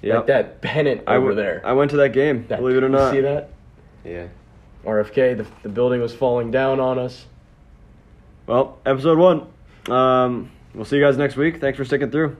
Speaker 2: Yep.
Speaker 4: Like that pennant
Speaker 2: I
Speaker 4: over
Speaker 2: went-
Speaker 4: there.
Speaker 2: I went to that game.
Speaker 4: That-
Speaker 2: believe it or not.
Speaker 4: You see that?
Speaker 3: Yeah.
Speaker 4: RFK, the, the building was falling down on us.
Speaker 2: Well, episode one. Um, we'll see you guys next week. Thanks for sticking through.